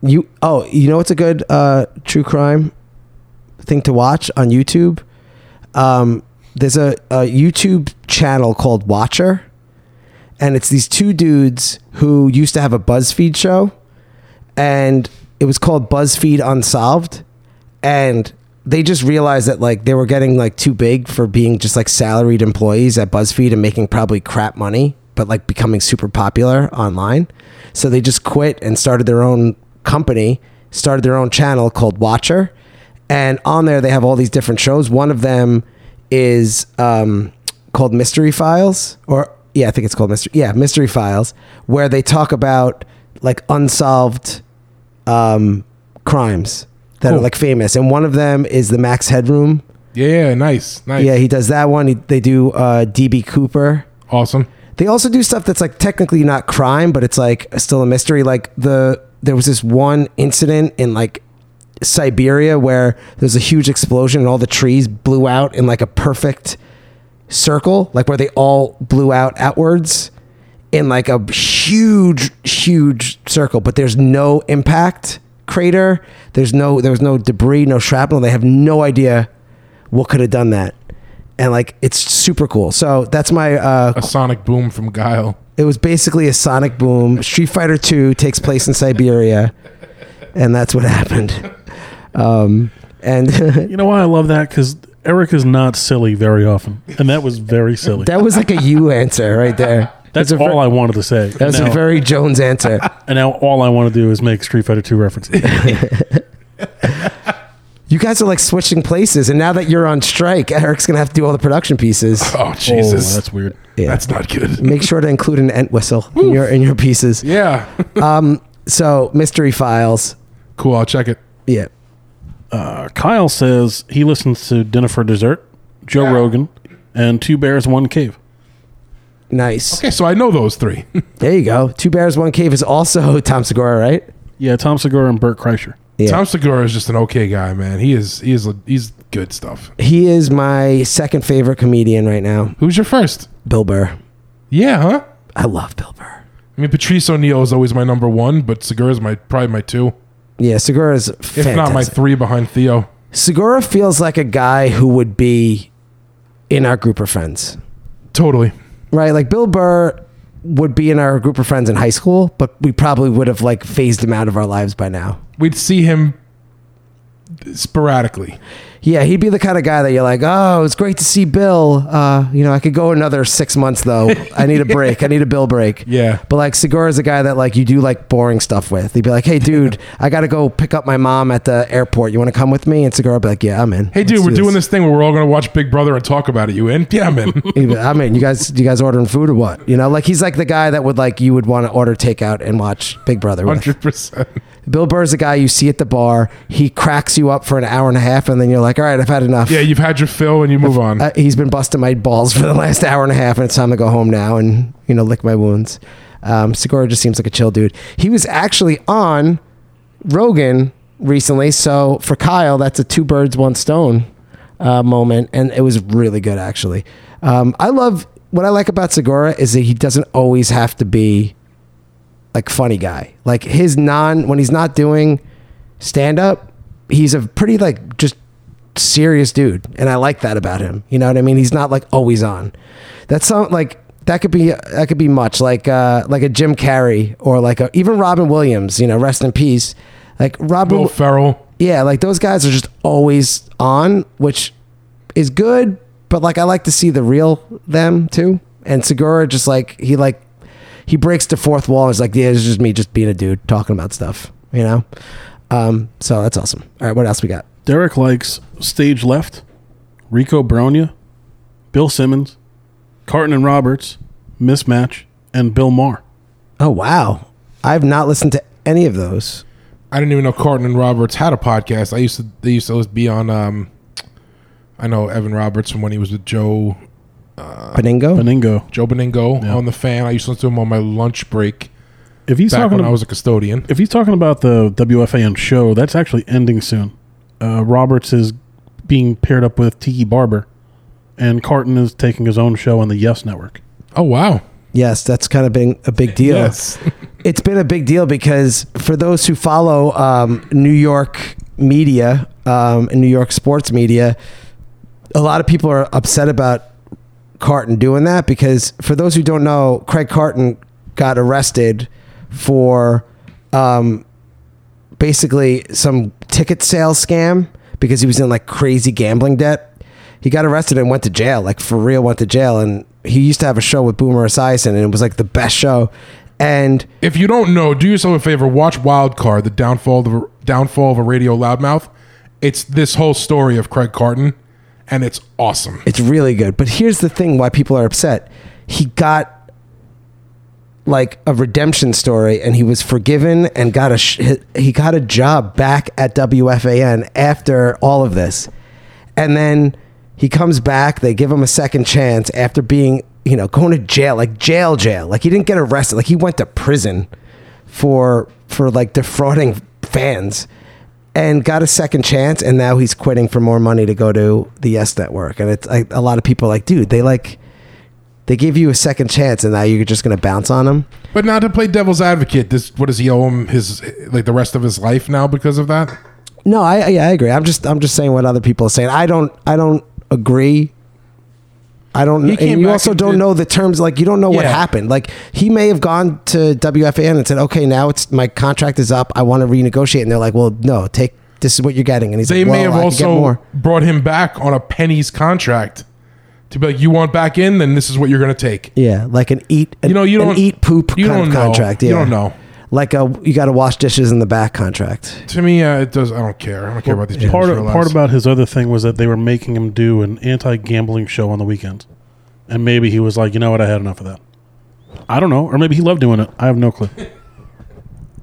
You oh, you know what's a good uh true crime thing to watch on YouTube? Um there's a, a YouTube channel called Watcher and it's these two dudes who used to have a BuzzFeed show and it was called BuzzFeed Unsolved and they just realized that like they were getting like too big for being just like salaried employees at BuzzFeed and making probably crap money but like becoming super popular online. So they just quit and started their own company, started their own channel called Watcher. And on there they have all these different shows. One of them is um called Mystery Files or yeah, I think it's called Mystery Yeah, Mystery Files where they talk about like unsolved um, crimes that are
Cool.
like famous, and one of them is the Max Headroom.
Yeah, nice, nice,
Yeah, he does that one. He, they do uh, DB Cooper.
awesome.
They also do stuff that's like technically not crime, but it's like still a mystery. Like the there was this one incident in like Siberia where there's a huge explosion and all the trees blew out in like a perfect circle, like where they all blew out outwards in like a huge, huge circle. But there's no impact crater. There's no there was no debris, no shrapnel. They have no idea what could have done that. And like it's super cool. So that's my uh,
A sonic boom from Guile.
it was basically a sonic boom. Street Fighter II takes place in Siberia, and that's what happened. Um, and
You know why I love that? Because Eric is not silly very often, and that was very silly.
that was like a you answer right there.
That's
a
all
ver-
I wanted to say.
That was
now,
a very Jones answer.
and now all I want to do is make Street Fighter Two references. Oh,
You guys are like switching places, and now that you're on strike, Eric's gonna have to do all the production pieces.
Oh Jesus,
Oh,
that's,
that's weird.
not good.
Make sure to include an ent whistle in your in your pieces.
Yeah,
So mystery files.
cool. I'll check it.
Yeah.
Uh, Kyle says he listens to Dinner for Dessert, Joe Rogan, and Two Bears One Cave.
Nice.
Okay, so I know those three.
There you go. Two Bears, One Cave is also Tom Segura, right?
Yeah, Tom Segura and Burt Kreischer.
Yeah.
Tom Segura is just an okay guy, man. He is. He is. a- He's good stuff.
He is my second favorite comedian right now.
Who's your first?
Bill Burr.
Yeah, huh?
I love Bill Burr.
I mean, Patrice O'Neill is always my number one, but Segura is my probably my two,
Yeah, Segura is
if
fantastic.
not my three behind Theo.
Segura feels like a guy who would be in our group of friends,
Totally.
right? Like Bill Burr would be in our group of friends in high school, but we probably would have like phased him out of our lives by now.
We'd see him sporadically.
Yeah, he'd be the kind of guy that you're like, oh, it's great to see Bill. Uh, you know, I could go another six months though. I need a break. I need a Bill break.
Yeah.
But like Segura's a guy that like you do like boring stuff with. He'd be like, hey, dude, I got to go pick up my mom at the airport. You want to come with me? And Segura would be like, yeah, I'm in.
Hey, dude,
Let's
we're
do
doing this thing where we're all going to watch Big Brother and talk about it. You in? Yeah, man.
He'd be like, I mean, you guys, you guys ordering food or what? You know, like he's like the guy that would like you would want to order takeout and watch Big Brother. With.
100%.
Bill Burr's a guy you see at the bar. He cracks you up for an hour and a half, and then you're like, all right, I've had enough.
Yeah, you've had your fill and you move on.
uh, he's been busting my balls for the last hour and a half, and it's time to go home now and you know lick my wounds. Um, Segura just seems like a chill dude. He was actually on Rogan recently, so for Kyle, that's a two birds one stone uh, moment, and it was really good actually. Um, I love what I like about Segura is that he doesn't always have to be like funny guy. Like his non when he's not doing stand up, he's a pretty like just serious dude, and I like that about him. You know what I mean? He's not like always on. That's some like that could be that could be much like uh like a Jim Carrey or like a, even Robin Williams. You know, rest in peace. Like Robin,
Will Ferrell.
yeah, like those guys are just always on, which is good, but like I like to see the real them too. And Segura just like he like he breaks the fourth wall and is like, yeah, it's just me just being a dude talking about stuff, you know? Um, so that's awesome. All right, what else we got?
Derek likes Stage Left, Rico Bronya, Bill Simmons, Carton and Roberts, Mismatch, and Bill Maher.
Oh wow, I've not listened to any of those.
I didn't even know Carton and Roberts had a podcast. I used to they used to always be on. Um, I know Evan Roberts from when he was with Joe
Beningo.
Beningo.
Joe Beningo
Yeah.
on the fan. I used to listen to him on my lunch break
If he's
back
talking
when I
about,
was a custodian.
if he's talking about the WFAN show, that's actually ending soon. Uh, Roberts is being paired up with Tiki Barber, and Carton is taking his own show on the Yes Network.
Oh wow!
Yes, that's kind of been a big deal.
Yes,
It's been a big deal because for those who follow um, New York media um, and New York sports media, a lot of people are upset about Carton doing that because for those who don't know, Craig Carton got arrested for um, basically some ticket sales scam because he was in like crazy gambling debt. He got arrested and went to jail, like for real, went to jail. And he used to have a show with Boomer Esiason, and it was like the best show. And
if you don't know, do yourself a favor. Watch Wild Card: The Downfall of a, Downfall of a Radio Loudmouth. It's this whole story of Craig Carton, and it's awesome.
It's really good. But here's the thing why people are upset. He got like a redemption story and he was forgiven and got a sh- he got a job back at WFAN after all of this. And then he comes back, they give him a second chance after being, you know, going to jail, like jail jail. Like he didn't get arrested, like he went to prison for for like defrauding fans and got a second chance and now he's quitting for more money to go to the yes network and it's like a lot of people are like dude they like they give you a second chance and now you're just gonna bounce on them
But not to play devil's advocate. This what does he owe him his like the rest of his life now because of that?
no i yeah i agree i'm just i'm just saying what other people are saying i don't i don't agree I don't know.
came
And you
back
also
and
don't
did-
know the terms. Like, you don't know what
Yeah.
happened. Like, he may have gone to WFAN and said, okay, now it's my contract is up. I want to renegotiate. And they're like, well, no, take this is what you're getting. And he's
They
like, well,
may have
I can get
also
more.
brought him back on a pennies contract to be like, you want back in, then this is what you're going to take.
Yeah, like an eat, an,
You know, you
an
don't
eat poop
you
kind
don't
of
know.
contract.
You
Yeah.
don't know.
Like a you got to wash dishes in the back contract.
To me, uh, it does. I don't care. I don't care about these.
part of,
people's
part
lives.
about his other thing was that they were making him do an anti-gambling show on the weekends, and maybe he was like, you know what, I had enough of that. I don't know, or maybe he loved doing it. I have no clue.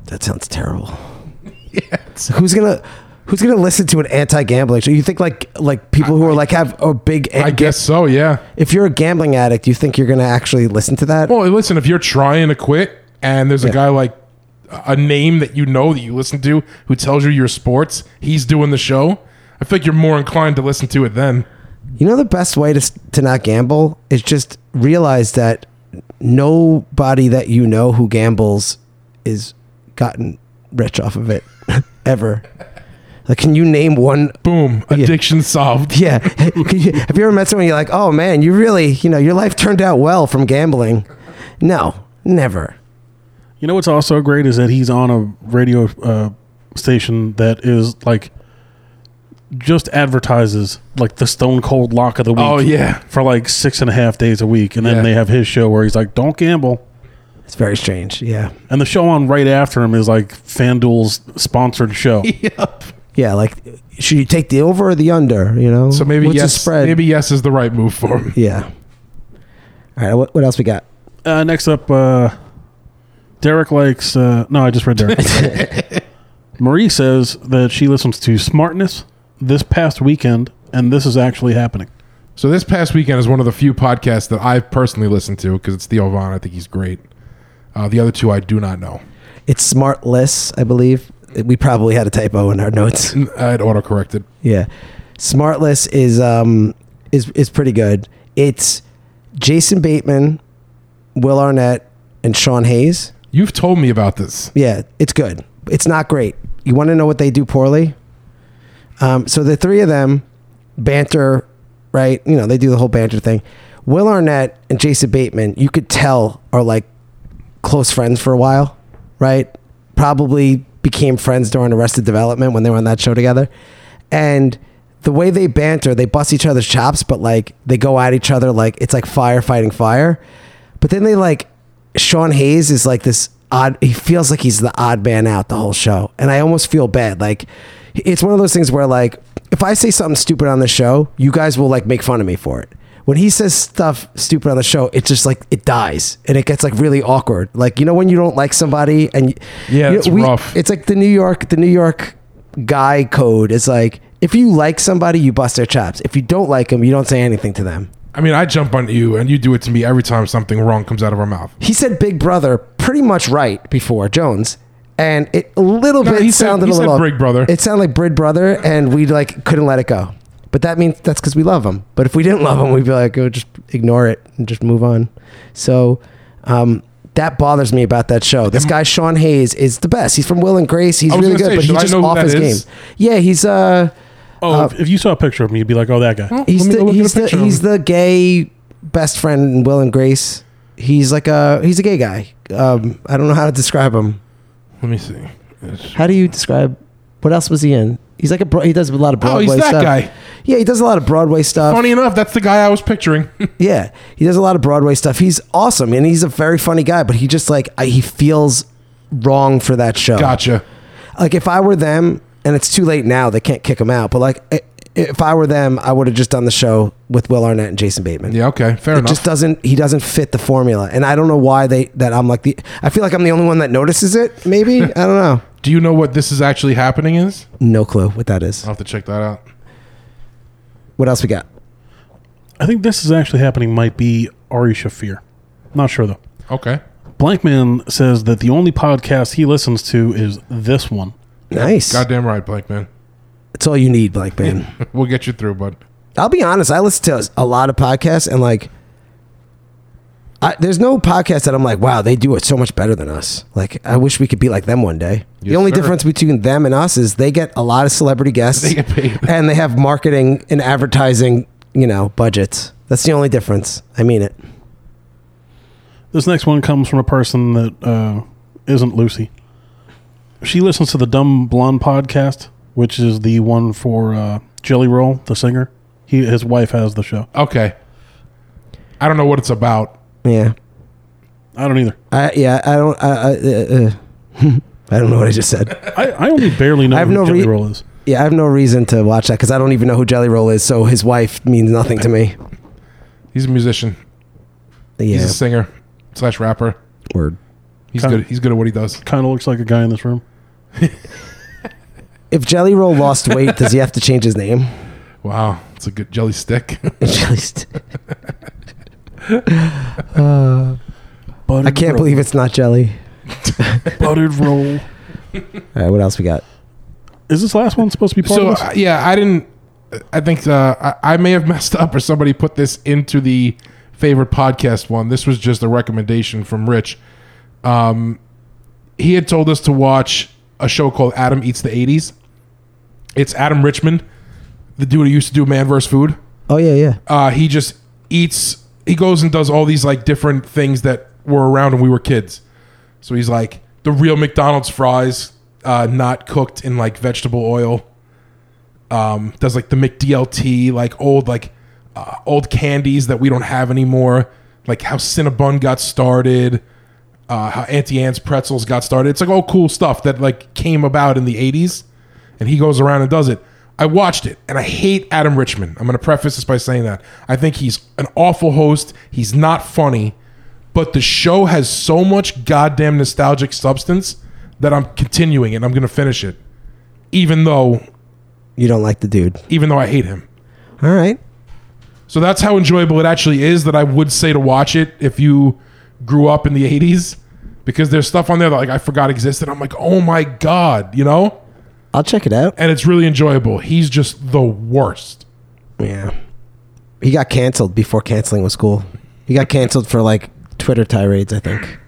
That sounds terrible. So who's gonna who's gonna listen to an anti-gambling show? You think like like people who are like have a big
I guess so. Yeah.
if you're a gambling addict, you think you're gonna actually listen to that?
Well, listen, if you're trying to quit and there's a
Yeah.
guy like a name that you know that you listen to who tells you your sports, he's doing the show. I think you're more inclined to listen to it then.
You know the best way to s- to not gamble is just realize that nobody that you know who gambles is gotten rich off of it ever. Like, can you name one
Boom, addiction solved.
Yeah. Can you- Have you ever met someone you're like, oh man, you really, you know, your life turned out well from gambling? No, never.
You know what's also great is that he's on a radio uh, station that is like just advertises like the Stone Cold Lock of the Week.
Oh, yeah.
for like six and a half days a week, and then
Yeah.
they have his show where he's like, "Don't gamble,"
It's very strange. Yeah.
and the show on right after him is like FanDuel's sponsored show.
Yeah. Like, should you take the over or the under? You know?
So maybe
What's the
yes,
spread?
maybe yes is the right move for him.
Yeah. All right. What, what else we got?
Uh, next up, uh, Derek likes. Uh, no, I just read Derek. Marie says that she listens to Smartness this past weekend, and this is actually happening.
So this past weekend is one of the few podcasts that I've personally listened to because it's Theo Vaughn. I think he's great. Uh, the other two I do not know.
It's Smartless, I believe. We probably had a typo in our notes.
I had autocorrected.
Yeah. Smartless is um is is pretty good. It's Jason Bateman, Will Arnett, and Sean Hayes.
You've told me about this.
Yeah, it's good. It's not great. You want to know what they do poorly? Um, so the three of them banter, right? You know, they do the whole banter thing. Will Arnett and Jason Bateman, you could tell, are like close friends for a while, right? Probably became friends during Arrested Development when they were on that show together. And the way they banter, they bust each other's chops, but like they go at each other like it's like fire fighting fire. But then they like Sean Hayes is like this odd. He feels like he's the odd man out the whole show, and I almost feel bad. Like it's one of those things where like if I say something stupid on the show, you guys will like make fun of me for it. When he says stuff stupid on the show, it just like it dies and it gets like really awkward. Like you know when you don't like somebody and y-
Yeah,
you know,
it's rough.
It's like the New York the New York guy code is like if you like somebody, you bust their chops. If you don't like them, you don't say anything to them.
I mean, I jump on you and you do it to me every time something wrong comes out of our mouth.
he said Big Brother pretty much right before Jones, and it a little
No,
bit
he said-
sounded
he
a
said
little
Big Brother.
It sounded like Big Brother, and we like couldn't let it go. But that means that's because we love him. But if we didn't love him, we'd be like, oh, just ignore it and just move on. So um, that bothers me about that show. This guy Sean Hayes is the best. He's from Will and Grace. He's
I was
really
gonna
good,
say,
but he's
should I
just
know who
off
that
his
is?
game. Yeah, he's uh
Oh, if- if you saw a picture of me, you'd be like, "Oh, that guy."
Let
he's
me
the
look at a
he's the
picture of
he's
him.
the gay best friend in Will and Grace. He's like a he's a gay guy. Um, I don't know how to describe him.
Let me see. It's-
How do you describe? What else was he in? He's like a bro- he does a lot of
Oh,
Broadway
he's that
stuff.
guy.
Yeah, he does a lot of Broadway stuff.
Funny enough, that's the guy I was picturing.
Yeah, he does a lot of Broadway stuff. He's awesome and he's a very funny guy. But he just like I, he feels wrong for that show.
gotcha.
Like if I were them, and it's too late now, they can't kick him out. But like i- if I were them, I would have just done the show with Will Arnett and Jason Bateman.
Yeah, okay. Fair
it
enough.
just doesn't he doesn't fit the formula and i don't know why they that i'm like the i feel like i'm the only one that notices it maybe i don't know
do you know what this is actually happening is?
no clue what that is
I'll have to check that out.
what else we got
I think this is actually happening. Might be Ari Shafir. Not sure though.
Okay.
Blankman says that the only podcast he listens to is this one.
nice
Goddamn right, Blake, man.
it's all you need black man
We'll get you through, bud.
i'll be honest i listen to a lot of podcasts and like I, there's no podcast that i'm like wow they do it so much better than us like i wish we could be like them one day the
Yes,
only
sir.
difference between them and us is they get a lot of celebrity guests
They get paid.
and they have marketing and advertising you know budgets that's the only difference i mean it
This next one comes from a person that uh, isn't Lucy. She listens to the Dumb Blonde podcast, which is the one for uh, Jelly Roll, the singer. He, his wife has the show.
Okay. I don't know what it's about.
yeah
I don't either.
I yeah, I don't. I I, uh, uh, I don't know what I just said.
I, I only barely know
I have
who
no
Jelly
re-
Roll is.
Yeah, I have no reason to watch that because I don't even know who Jelly Roll is. So his wife means nothing to me.
He's a musician. He's
Yeah,
a singer slash rapper.
word.
He's
Kinda-
good. He's good at what he does.
Kind of looks like a guy in this room.
If Jelly Roll lost weight, does he have to change his name?
Wow, it's a good jelly stick.
Just-
Buttered
I can't
roll.
believe it's not Jelly.
Buttered Roll.
All right, what else we got?
Is this last one supposed to be part
so
of this?
uh, yeah, I didn't. I think uh, I, I may have messed up, or somebody put this into the favorite podcast one. This was just a recommendation from Rich. Um, he had told us to watch a show called Adam Eats the '80s. It's Adam Richmond, the dude who used to do Man vs. Food
Oh yeah, yeah.
uh, he just eats he goes and does all these like different things that were around when we were kids so he's like the real mcdonald's fries uh, not cooked in like vegetable oil um, does like the mcdlt like old like uh, old candies that we don't have anymore like how cinnabon got started uh, how auntie anne's pretzels got started it's like all cool stuff that like came about in the 80s and he goes around and does it. I watched it, and I hate Adam Richmond. I'm going to preface this by saying that I think he's an awful host. He's not funny, but the show has so much goddamn nostalgic substance that I'm continuing it. I'm going to finish it, even though
You don't like the dude.
even though I hate him.
All right.
So that's how enjoyable it actually is. That I would say to watch it if you grew up in the '80s, because there's stuff on there that like I forgot existed. I'm like, oh my god, you know,
I'll check it out.
and it's really enjoyable. He's just the worst.
Yeah. He got canceled before canceling was cool. He got canceled for like Twitter tirades, I think.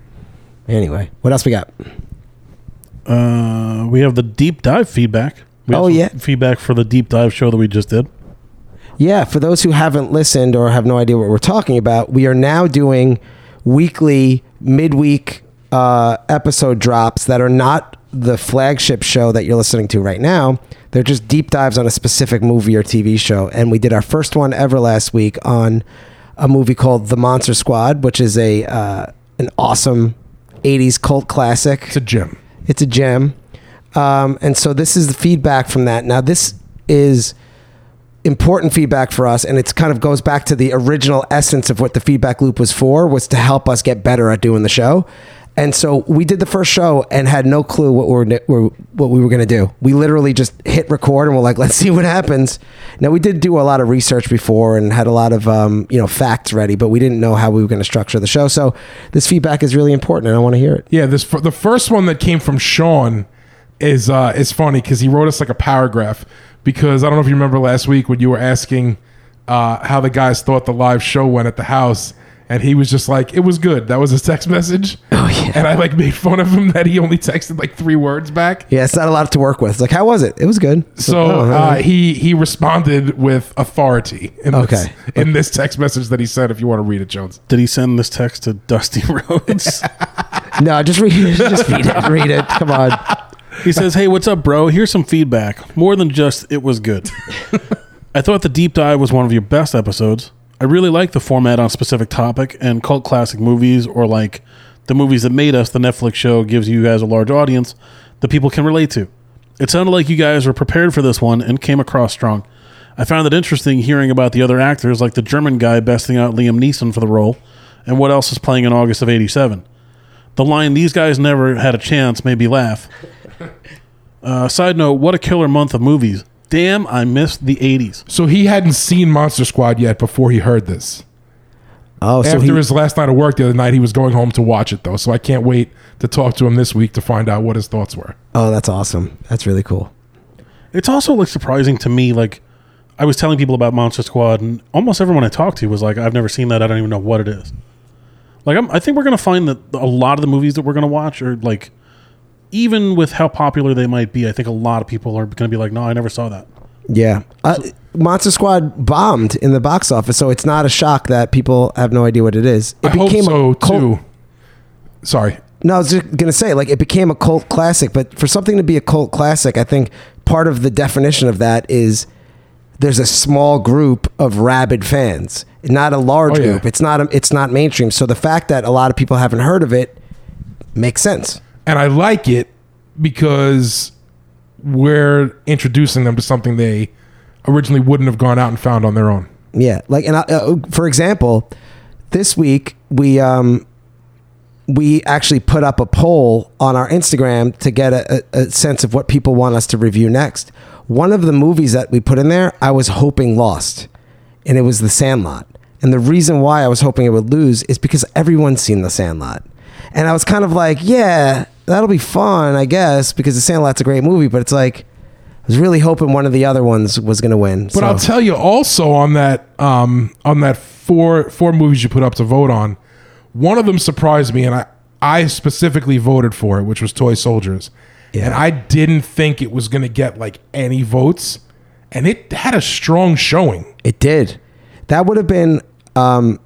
Anyway, what else we got?
Uh, we have the deep dive feedback. We have
Oh,
some
yeah.
feedback for the deep dive show that we just did.
Yeah, for those who haven't listened or have no idea what we're talking about, we are now doing weekly, midweek uh, episode drops that are not the flagship show that you're listening to right now. They're just deep dives on a specific movie or TV show. And we did our first one ever last week on a movie called The Monster Squad, which is a uh, an awesome 80s cult classic.
It's a gym.
It's a gem. Um, and so this is the feedback from that. Now this is important feedback for us and it's kind of goes back to the original essence of what the feedback loop was for was to help us get better at doing the show. And so we did the first show and had no clue what we were were- what we were going to do. We literally just hit record and we're like, let's see what happens. Now we did do a lot of research before and had a lot of um, you know facts ready, but we didn't know how we were going to structure the show. So this feedback is really important, and I want to hear it.
Yeah, this the first one that came from Sean is uh, is funny because he wrote us like a paragraph because I don't know if you remember last week when you were asking uh, how the guys thought the live show went at the house. And he was just like, it was good. That was his text message. Oh, yeah. And I like made fun of him that he only texted like three words back.
Yeah, it's not a lot to work with. It's like, how was it? It was good.
So
Oh, all
uh,
right.
he he responded with authority in this,
Okay.
in this text message that he sent. If you want to read it, Jones.
Did he send this text to Dusty Rhodes?
uh,
no, just read, just read it. Read it. Come on.
He says, Hey, what's up, bro? Here's some feedback. More than just it was good. I thought the deep dive was one of your best episodes. I really like the format on specific topic and cult classic movies or like the movies that made us. The Netflix show gives you guys a large audience that people can relate to. It sounded like you guys were prepared for this one and came across strong. I found it interesting hearing about the other actors, like the German guy besting out Liam Neeson for the role, and what else is playing in August of 87. The line, these guys never had a chance, made me laugh. Uh, side note, what a killer month of movies. Damn, I missed the 80s.
So he hadn't seen Monster Squad yet before he heard this.
Oh, so
After
he,
his last night of work the other night, he was going home to watch it though. So I can't wait to talk to him this week to find out what his thoughts were.
oh, that's awesome. That's really cool.
It's also like surprising to me. Like, I was telling people about Monster Squad, and almost everyone I talked to was like, I've never seen that. I don't even know what it is. Like, I'm, I think we're going to find that a lot of the movies that we're going to watch are like, even with how popular they might be, I think a lot of people are going to be like, no, I never saw that.
Yeah. Uh, Monster Squad bombed in the box office, so it's not a shock that people have no idea what it is. It
I hope so
cult,
too. Sorry,
No, I was just gonna say, like, it became a cult classic. But for something to be a cult classic, I think part of the definition of that is there's a small group of rabid fans, not a large
Oh, yeah.
group. It's not a, it's not mainstream. So the fact that a lot of people haven't heard of it makes sense.
and I like it because we're introducing them to something they originally wouldn't have gone out and found on their own.
Yeah, like, and I, uh, for example, this week we um we actually put up a poll on our Instagram to get a, a, a sense of what people want us to review next. One of the movies that we put in there, I was hoping lost, and it was The Sandlot. And the reason why I was hoping it would lose is because everyone's seen The Sandlot, and I was kind of like, yeah, that'll be fun, I guess, because The Sandlot's a great movie, but it's like. I was really hoping one of the other ones was going to win.
But I'll tell you also on that um, on that four four movies you put up to vote on, one of them surprised me, and I I specifically voted for it, which was Toy Soldiers, and I didn't think it was going to get like any votes, and it had a strong showing.
It did. That would have been um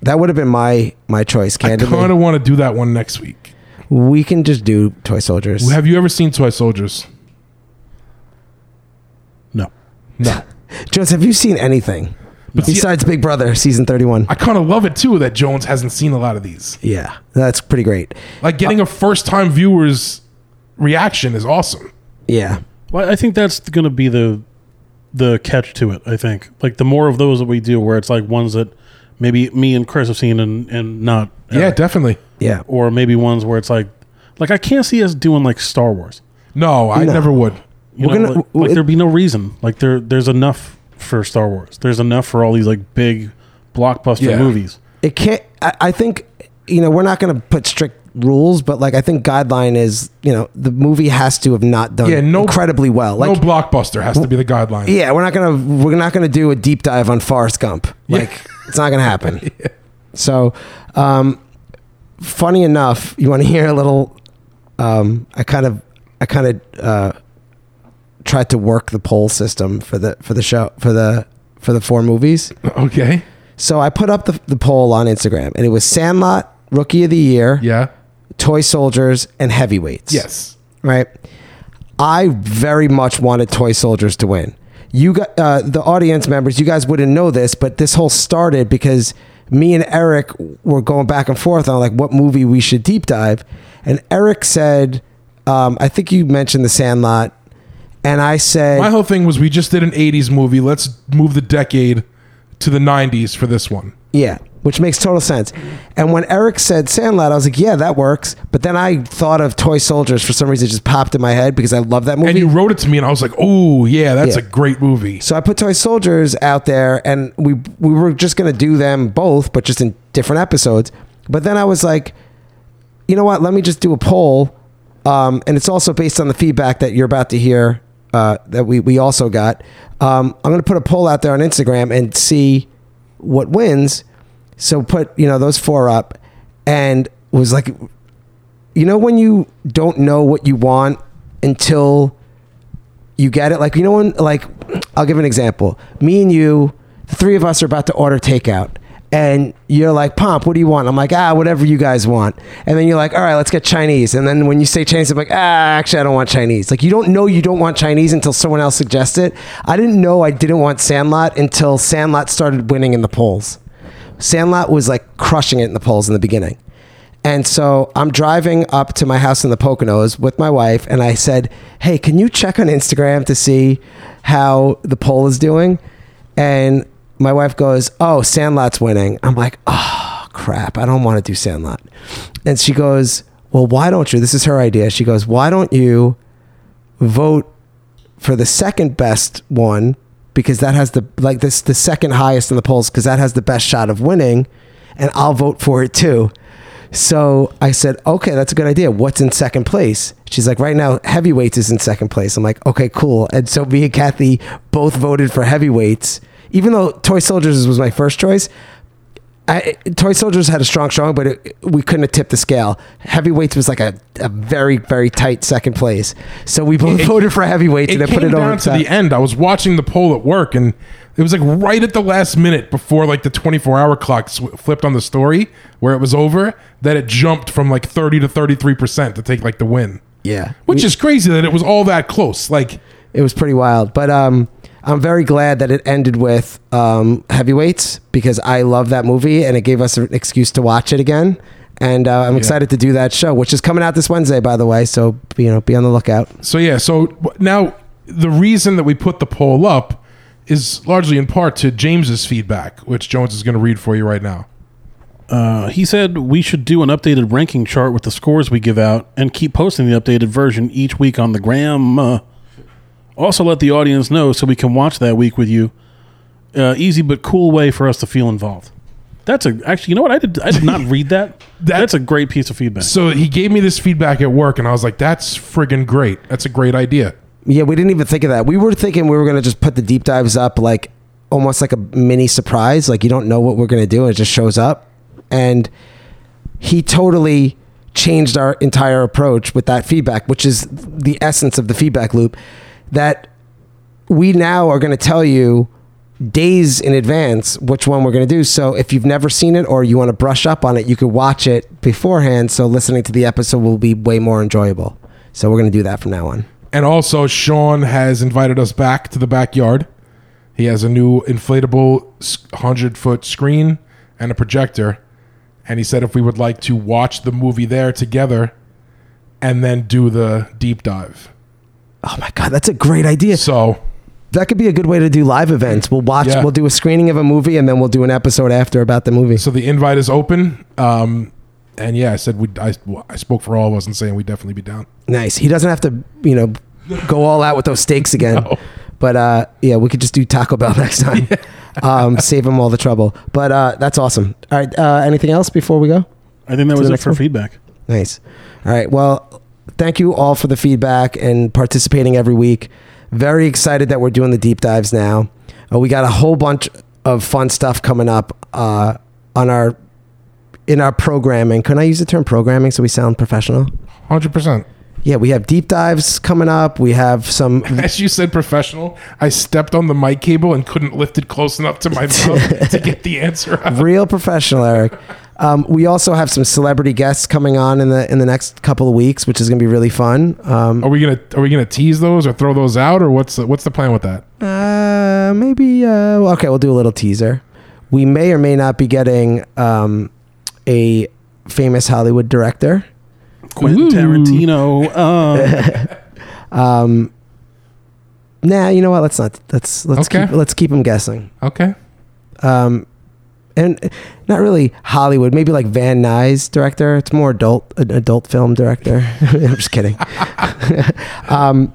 that would have been my my choice, candidly.
Kind of want to do that one next week.
we can just do toy soldiers.
Have you ever seen Toy Soldiers?
No.
No.
Jones, have you seen anything?
see-
Besides Big Brother season 31.
I kind of love it too that Jones hasn't seen a lot of these.
yeah. That's pretty great.
Like getting a first time viewer's reaction is awesome.
Yeah.
Well, I think that's going to be the the catch to it. I think like the more of those that we do, where it's like ones that maybe me and Chris have seen and and not
Yeah,
Eric.
definitely.
Yeah.
or maybe ones where it's like like I can't see us doing like Star Wars.
No, I
No.
never would.
You
We're
know,
gonna-
like,
w-
like
it-
there'd be no reason. Like there there's enough for Star Wars. There's enough for all these like big blockbuster
Yeah.
movies.
It can't I, I think you know, we're not gonna put strict rules, but like I think guideline is, you know, the movie has to have not done
Yeah, no-
incredibly well. Like
no blockbuster has to be the guideline.
yeah, we're not gonna we're not gonna do a deep dive on Forrest Gump. Like it's not gonna happen. So, um, funny enough, you want to hear a little? Um, I kind of I kind of uh, tried to work the poll system for the for the show for the for the four movies.
Okay.
So I put up the, the poll on Instagram, and it was Sandlot, Rookie of the Year,
Yeah.
Toy Soldiers, and Heavyweights
Yes.
right? I very much wanted Toy Soldiers to win. You got uh, the audience members. You guys wouldn't know this, but this whole started because me and Eric were going back and forth on like what movie we should deep dive, and Eric said, um, "I think you mentioned The Sandlot," and I said,
My whole thing was we just did an 80s movie. Let's move the decade to the 90s for this one.
Yeah, which makes total sense. And when Eric said Sandlot, I was like, yeah, that works. But then I thought of Toy Soldiers for some reason. It just popped in my head because I love that movie.
And you wrote it to me, and I was like, oh, yeah, that's
Yeah.
a great movie.
so I put Toy Soldiers out there, and we we were just gonna do them both, but just in different episodes. But then I was like, you know what? Let me just do a poll, um, and it's also based on the feedback that you're about to hear uh, that we we also got. Um, I'm gonna put a poll out there on Instagram and see what wins. So put you know those four up, and was like, you know when you don't know what you want until you get it like you know when like i'll give an example me and you the three of us are about to order takeout and you're like pomp what do you want i'm like ah whatever you guys want and then you're like all right let's get chinese and then when you say chinese i'm like ah actually i don't want chinese like you don't know you don't want chinese until someone else suggests it i didn't know i didn't want sandlot until sandlot started winning in the polls Sandlot was like crushing it in the polls in the beginning. And so I'm driving up to my house in the Poconos with my wife, and I said, Hey, can you check on Instagram to see how the poll is doing? And my wife goes, Oh, Sandlot's winning. I'm like, Oh, crap. I don't want to do Sandlot. And she goes, Well, why don't you? This is her idea. She goes, Why don't you vote for the second best one because that has the like this the second highest in the polls because that has the best shot of winning and I'll vote for it too. So I said, okay, that's a good idea. What's in second place? She's like, right now, heavyweights is in second place. I'm like, okay, cool. And so me and Kathy both voted for heavyweights, even though Toy Soldiers was my first choice. I, Toy Soldiers had a strong strong, but it, we couldn't have tipped the scale. Heavyweights was like a, a very very tight second place, so we both voted for heavyweights
It
and I
came
put it
down
over
to the end. I was watching the poll at work, and it was like right at the last minute before like the 24 hour clock sw- flipped on the story where it was over that it jumped from like 30 to 33% to take like the win.
Yeah,
Which is crazy that it was all that close. Like,
it was pretty wild. But um, I'm very glad that it ended with um, heavyweights because I love that movie and it gave us an excuse to watch it again. And uh, I'm excited to do that show, which is coming out this Wednesday, by the way. So you know, be on the lookout.
So yeah, so w- now the reason that we put the poll up is largely in part to James's feedback, which Jones is going to read for you right now.
Uh, he said we should do an updated ranking chart with the scores we give out and keep posting the updated version each week on the gram. Uh, also, let the audience know so we can watch that week with you. Uh, easy but cool way for us to feel involved. That's a actually, you know what? I did I did not read that. That's a great piece of feedback.
So he gave me this feedback at work, and I was like, "That's friggin' great. That's a great idea."
Yeah, we didn't even think of that. We were thinking we were gonna just put the deep dives up like almost like a mini surprise. Like you don't know what we're gonna do, and it just shows up. And he totally changed our entire approach with that feedback, which is the essence of the feedback loop. That we now are gonna tell you days in advance which one we're gonna do. So if you've never seen it or you want to brush up on it, you could watch it beforehand. So listening to the episode will be way more enjoyable. So we're gonna do that from now on.
And also, Sean has invited us back to the backyard. He has a new inflatable hundred foot screen and a projector, and he said if we would like to watch the movie there together, and then do the deep dive.
Oh my god, that's a great idea.
So
That could be a good way to do live events. We'll watch,
Yeah.
we'll do a screening of a movie, and then we'll do an episode after about the movie.
So the invite is open. Um, and yeah, I said we. I, well, I spoke for all of us and saying we'd definitely be down.
Nice. He doesn't have to, you know, go all out with those steaks again. But uh, yeah, we could just do Taco Bell next time. um, save him all the trouble. But uh, that's awesome. All right. Uh, anything else before we go?
I think that
the
was it
next
for
one?
feedback.
Nice. All right. Well, thank you all for the feedback and participating every week. Very excited that we're doing the deep dives now. Uh, we got a whole bunch of fun stuff coming up uh, on our in our programming. Can I use the term programming so we sound professional?
Hundred percent.
Yeah, we have deep dives coming up. We have some
As you said, professional. I stepped on the mic cable and couldn't lift it close enough to my mouth to get the answer out.
real professional, Eric. Um, we also have some celebrity guests coming on in the in the next couple of weeks, which is going to be really fun. Um,
Are we gonna Are we gonna tease those or throw those out or what's the, What's the plan with that?
Uh, maybe. Uh, well, okay, we'll do a little teaser. we may or may not be getting um, a famous Hollywood director.
Quentin Tarantino. Um,
Nah, you know what? Let's not. Let's let's
Okay.
keep, let's keep him guessing.
Okay.
And uh, not really Hollywood. Maybe like Van Nuys director. It's more adult an adult film director. I'm just kidding. um,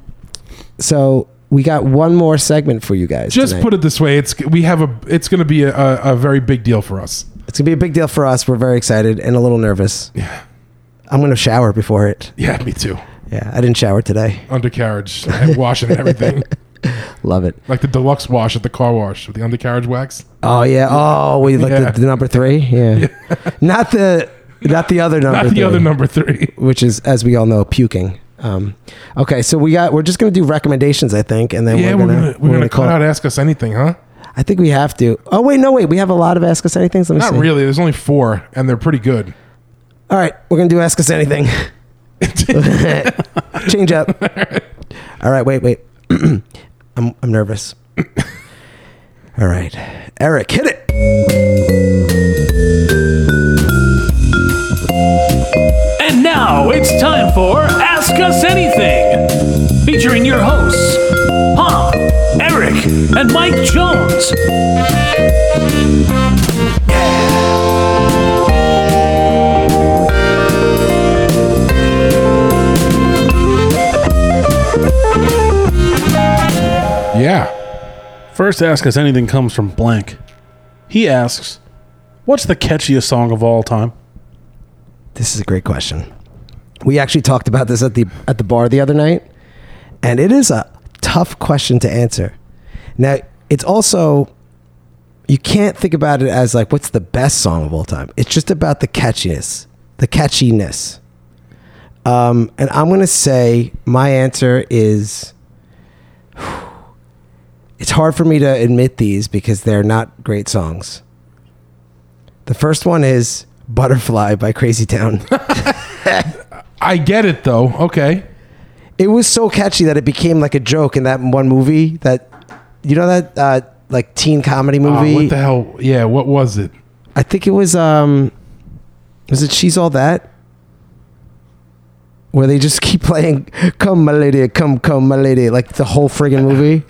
so we got one more segment for you guys.
Just
tonight.
put it this way: it's we have a it's going to be a, a, a very big deal for us.
It's gonna be a big deal for us. We're very excited and a little nervous.
Yeah.
I'm gonna shower before it.
Yeah, me too.
Yeah, I didn't shower today.
Undercarriage and washing and everything,
Love it.
like the deluxe wash at the car wash with the undercarriage wax.
Oh yeah. Oh, we like
Yeah.
the, the number three. Yeah, not the not the other number.
Not the
three,
other number three.
which is as we all know, puking. Um, okay, so we got. We're just gonna do recommendations, I think, and then
Yeah,
we're gonna
we're gonna, we're gonna
call
cut
it-
out. Ask us anything, huh?
I think we have to. Oh wait, no wait. We have a lot of ask us anything. Let me
Not
see.
really. There's only four, and they're pretty good.
All right, we're gonna do ask us anything. Change up. All right, wait, wait. I'm I'm nervous. All right, Eric, hit it.
And now it's time for Ask Us Anything, featuring your hosts, Pom, Eric, and Mike Jones.
Yeah.
First Ask Us Anything comes from Blank. He asks, What's the catchiest song of all time?
This is a great question. We actually talked about this at the at the bar the other night, and it is a tough question to answer. Now, it's also you can't think about it as like what's the best song of all time. It's just about the catchiness, the catchiness. Um, and I'm gonna say my answer is. It's hard for me to admit these because they're not great songs. The first one is "Butterfly" by Crazy Town.
I get it though. Okay.
it was so catchy that it became like a joke in that one movie that you know that uh, like teen comedy
Uh,
movie
what the hell? Yeah. What was it?
i think it was um was it she's all that where they just keep playing come my lady come come my lady like the whole friggin movie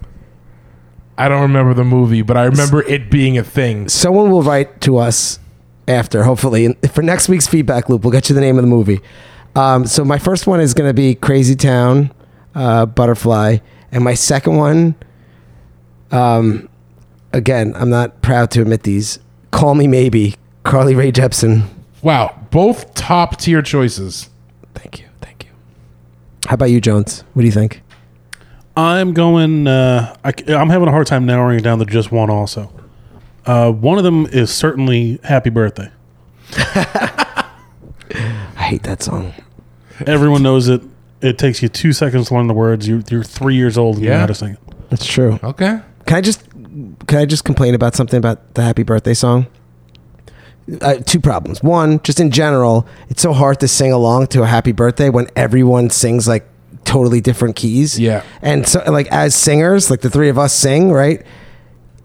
I don't remember the movie, but I remember it being a thing.
someone will write to us after hopefully and for next week's feedback loop we'll get you the name of the movie um, so my first one is going to be crazy town uh, butterfly and my second one um, again i'm not proud to admit these call me maybe carly ray jepsen
Wow. Both top tier choices.
thank you thank you how about you jones what do you think
I'm going, uh, I, am having a hard time narrowing it down to just one also. Uh, one of them is certainly Happy Birthday.
i hate that song
Everyone knows it. It takes you two seconds to learn the words. You're, you're three years old and you
Yeah.
know how to sing it.
it's true
Okay.
Can I just can I just complain about something about the Happy Birthday song? Uh, two problems. One, just in general, it's so hard to sing along to a Happy Birthday when everyone sings like totally different keys.
Yeah.
and so like as singers, like the three of us sing, right?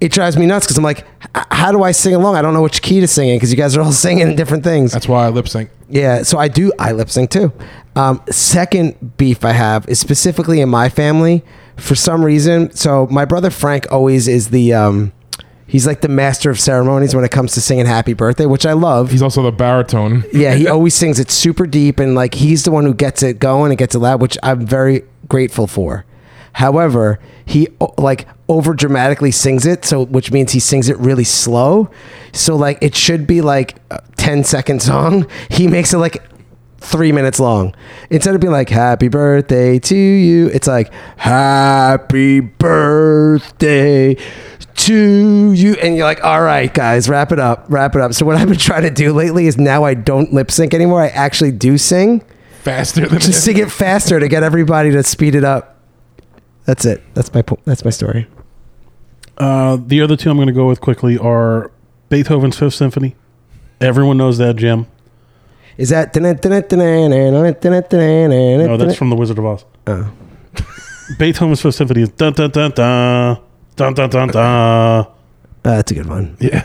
It drives me nuts because I'm like, "H- how do I sing along? I don't know which key to sing in because you guys are all singing different things.
That's why I lip sync.
Yeah, so I do I lip sync too. Um, second beef I have is specifically in my family for some reason. So my brother Frank always is the um, he's like the master of ceremonies when it comes to singing Happy Birthday, which I love.
He's also the baritone.
Yeah, he always sings it super deep and like he's the one who gets it going and gets it loud, which I'm very grateful for. However, he o- like over dramatically sings it, so which means he sings it really slow. So like it should be like a 10 second song. He makes it like three minutes long. Instead of being like "Happy birthday to you," it's like "Happy birthday to you," and you're like, "All right, guys, wrap it up, wrap it up." So what I've been trying to do lately is now I don't lip sync anymore. I actually do sing,
Faster than
just sing it faster to get everybody to speed it up. That's it. That's my po- that's my story.
Uh, the other two I'm going to go with quickly are Beethoven's Fifth Symphony. Everyone knows that gem.
Is that?
No,
No,
Oh, that's from The Wizard of Oz.
Oh.
Beethoven's Fifth Symphony is dun dun dun dun dun dun dun dun.
Uh, that's a good one.
Yeah.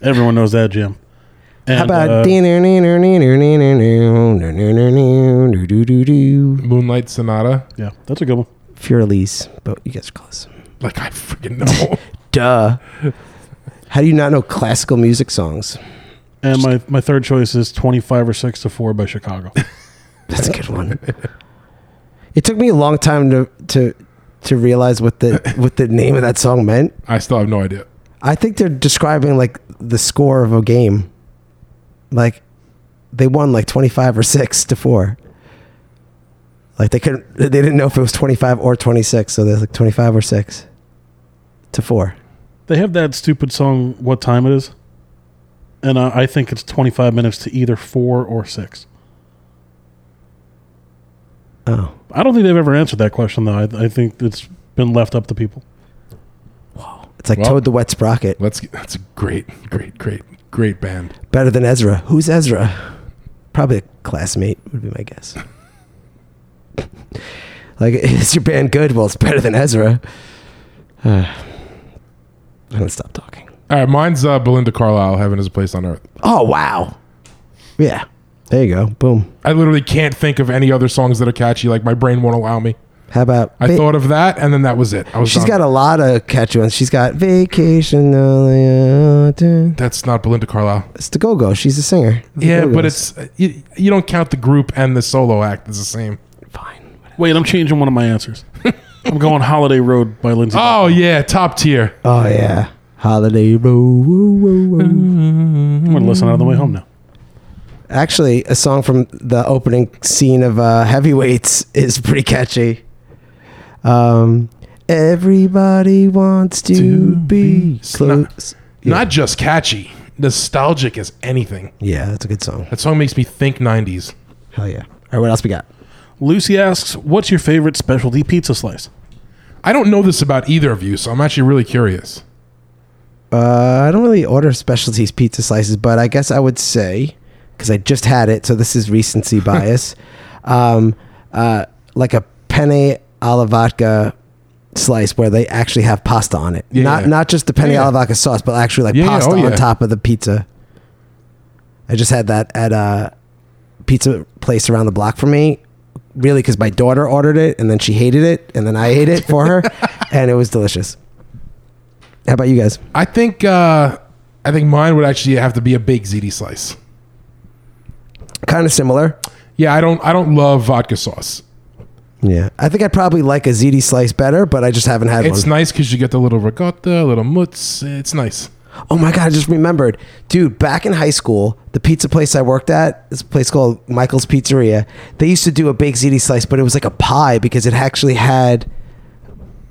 Everyone knows that jam. And,
How about
uh,
Moonlight Sonata.
yeah, that's a good one.
Furalese, but you guys are close.
Like I freaking know.
Duh. How do you not know classical music songs?
And my, my third choice is 25 or 6 to 4 by Chicago.
That's a good one. It took me a long time to to to realize what the what the name of that song meant.
I still have no idea.
I think they're describing like the score of a game. Like they won like 25 or 6 to 4. Like they couldn't they didn't know if it was 25 or 26, so there's like 25 or 6 to 4.
they have that stupid song, What Time It Is. And I, I think it's 25 minutes to either 4 or 6.
Oh.
I don't think they've ever answered that question, though. I, I think it's been left up to people.
It's like
Well-
Toad the Wet Sprocket.
Let's. Get, that's a great, great, great, great band.
Better than Ezra. Who's Ezra? Probably a classmate would be my guess. like, is your band good? Well, it's better than Ezra. Uh, I'm gonna stop talking.
All right, mine's uh, Belinda Carlisle. Heaven is a place on earth.
Oh wow, yeah. There you go. Boom.
I literally can't think of any other songs that are catchy. Like my brain won't allow me.
How about?
I thought of that, and then that was it. I was.
she's
done.
got a lot of catchy ones. She's got vacation. It's
That's not Belinda Carlisle.
the Go Go. She's a singer. The
Yeah, but
Go-Go's.
it's uh, you, you don't count the group and the solo act as the same.
fine.
Wait, I'm changing one of my answers. I'm going Holiday Road by Lindsay.
Oh yeah, top tier.
Oh yeah, holiday. Woo, woo, woo, woo.
Mm-hmm.
I'm going to listen out on the way home now.
Actually, a song from the opening scene of uh, Heavyweights is pretty catchy. Um, everybody wants to,
To
be
be snu-
close.
Not just catchy, nostalgic as anything.
Yeah, that's a good song.
That song makes me think '90s.
Hell yeah. All right, what else we got?
Lucy asks, What's your favorite specialty pizza slice?
I don't know this about either of you, so I'm actually really curious.
Uh, I don't really order specialties pizza slices, but I guess I would say, because I just had it, so this is recency bias, um, uh, like a penne alla vodka slice where they actually have pasta on it.
Yeah,
not
yeah.
not just the penne
Yeah, yeah.
alla vodka sauce, but actually like
Yeah, yeah,
pasta
oh,
on
yeah.
top of the pizza. I just had that at a pizza place around the block from me. Really, because my daughter ordered it and then she hated it, and then I ate it for her, and it was delicious. How about you guys?
I think uh, I think mine would actually have to be a baked ziti slice.
Kind of similar.
Yeah, I don't I don't love vodka sauce.
Yeah, I think I probably like a ziti slice better, but I just haven't had
It's
one.
nice because you get the little ricotta, little mutz. It's nice.
oh my god, I just remembered, dude. Back in high school, the pizza place I worked at, this place called Michael's Pizzeria, they used to do a baked ziti slice, but it was like a pie because it actually had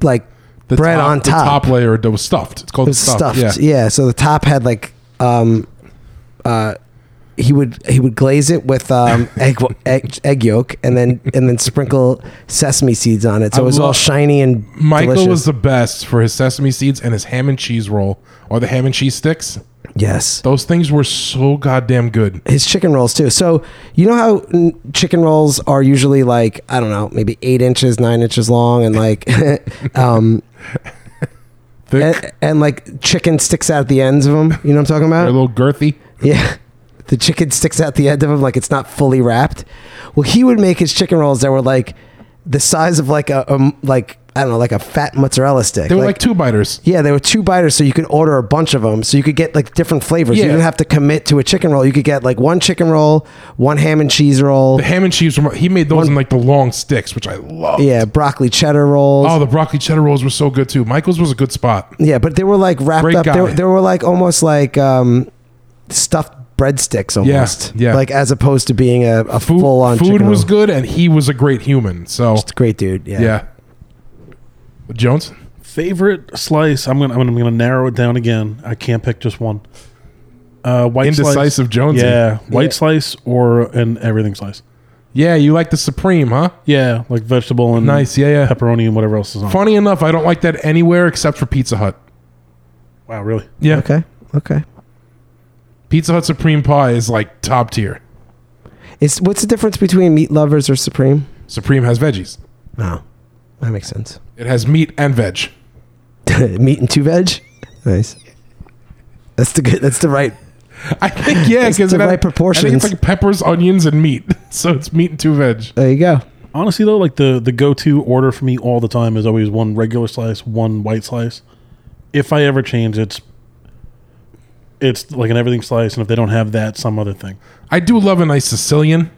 like
The
bread
top,
on
the
top.
top layer that was stuffed. It's called
It was
stuffed.
stuffed. Yeah. so the top had like um, uh, he would he would glaze it with um egg, egg egg yolk and then and then sprinkle sesame seeds on it, so
I
it was all
love-
shiny and
Michael
delicious.
was the best for his sesame seeds and his ham and cheese roll or the ham and cheese sticks.
yes.
Those things were so goddamn good.
his chicken rolls too. So you know how mm, chicken rolls are usually like I don't know, maybe eight inches, nine inches long, and like, um,
Thick,
and, and like chicken sticks out the ends of them. You know what I'm talking
they're a
about?
little girthy.
Yeah, the chicken sticks out the end of them like it's not fully wrapped. Well, he would make his chicken rolls that were like the size of like a um, like I don't know, like a fat mozzarella stick.
They were like, two biters.
Yeah, there were two biters, so you could order a bunch of them. So you could get like different flavors. You
Yeah.
didn't have to commit to a chicken roll. You could get like one chicken roll, one ham and cheese roll.
The ham and cheese, were, he made those in like the long sticks, which I love.
Yeah, broccoli cheddar rolls.
Oh, the broccoli cheddar rolls were so good too. Michael's was a good spot.
yeah, but they were like wrapped
Great
up. They
guy.
were, they were like almost like um, stuffed breadsticks almost.
yeah.
Like as opposed to being a, a
Food,
full on
food
chicken
was
roll.
good, and he was a great human. So
Just a great dude. Yeah.
yeah. Jones,
Favorite slice? I'm gonna I'm gonna, I'm gonna narrow it down again. I can't pick just one. Uh, white
Indecisive
slice.
Jonesy.
Yeah, white
Yeah.
slice or an everything slice.
yeah, you like the supreme, huh?
Yeah, like vegetable and
Nice, yeah, yeah.
pepperoni and whatever else is on. it.
Funny enough, I don't like that anywhere except for Pizza Hut.
Wow, really?
Yeah,
Okay. Okay.
Pizza Hut supreme pie is like top tier.
It's, what's the difference between meat lovers or supreme?
Supreme has veggies.
No. That makes sense.
It has meat and veg.
meat and two veg? Nice. That's the good. That's the right.
I think yeah,
It's
because
the right proportions.
I think it's like peppers, onions, and meat. So it's meat and two veg.
There you go.
Honestly, though, like the the go to order for me all the time is always one regular slice, one white slice. If I ever change, it's it's like an everything slice, and if they don't have that, some other thing.
I do love a nice Sicilian.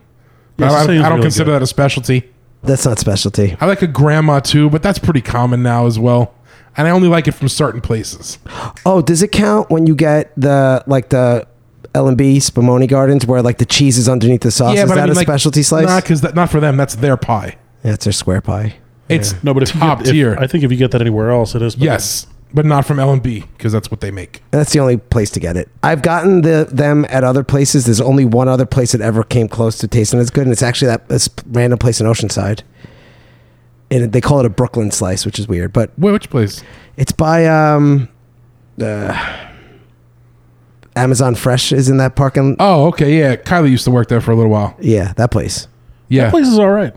Yeah,
I- I, I
Sicilian's
don't
really
consider
good.
that a specialty.
That's not specialty.
I like a grandma too, but that's pretty common now as well. And I only like it from certain places.
Oh, does it count when you get the like the L and B Spumoni Gardens where like the cheese is underneath the sauce? is that a specialty slice?
Not because not for them. That's their pie.
yeah, it's their square pie.
It's
No, but if you
top
get- if-
tier.
I think if you get that anywhere else, it is. but
yes, but not from L and B because that's what they make.
And that's the only place to get it. I've gotten the them at other places. There's only one other place that ever came close to tasting as good, and it's actually that this random place in Oceanside. And they call it a Brooklyn slice, which is weird, but
Wait, which place?
it's by um, uh, Amazon Fresh is in that parking.
Oh, okay, yeah. Kylie used to work there for a little while.
Yeah, that place.
Yeah,
That place is all right.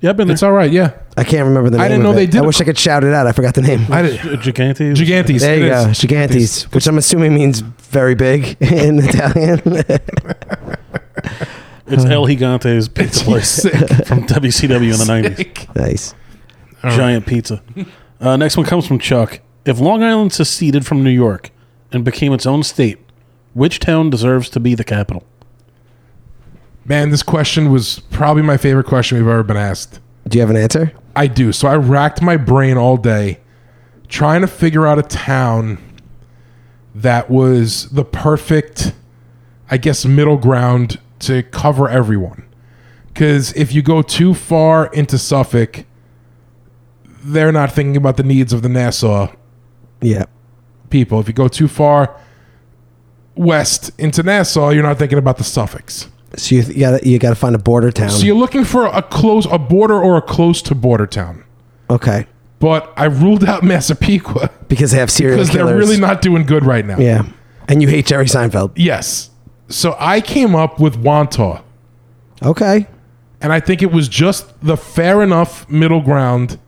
Yeah, I've been there.
it's all right. Yeah,
I can't remember the name.
I didn't
of
know
it.
they did
I
a-
wish I could shout it out. I forgot the name.
I did.
Gigante.
Gigantes.
There you
it
go,
is.
Gigantes, which I'm assuming means very big in Italian.
It's El Gigante's pizza place
Sick.
from WCW in the nineties.
Sick.
nice.
Giant pizza. Uh, next one comes from Chuck. If Long Island seceded from New York and became its own state, which town deserves to be the capital?
Man, this question was probably my favorite question we've ever been asked.
Do you have an answer?
I do. So I racked my brain all day trying to figure out a town that was the perfect, I guess, middle ground to cover everyone. Because if you go too far into Suffolk, they're not thinking about the needs of the Nassau
Yeah.
people. If you go too far west into Nassau, you're not thinking about the Suffolks.
So you, you got you got to find a border town.
So you're looking for a close, a border or a close to border town.
okay,
But I ruled out Massapequa
because they have serial
because they're
killers.
really not doing good right now.
Yeah, and you hate Jerry Seinfeld.
Yes. So I came up with Wantagh,
Okay,
and I think it was just the fair enough middle ground,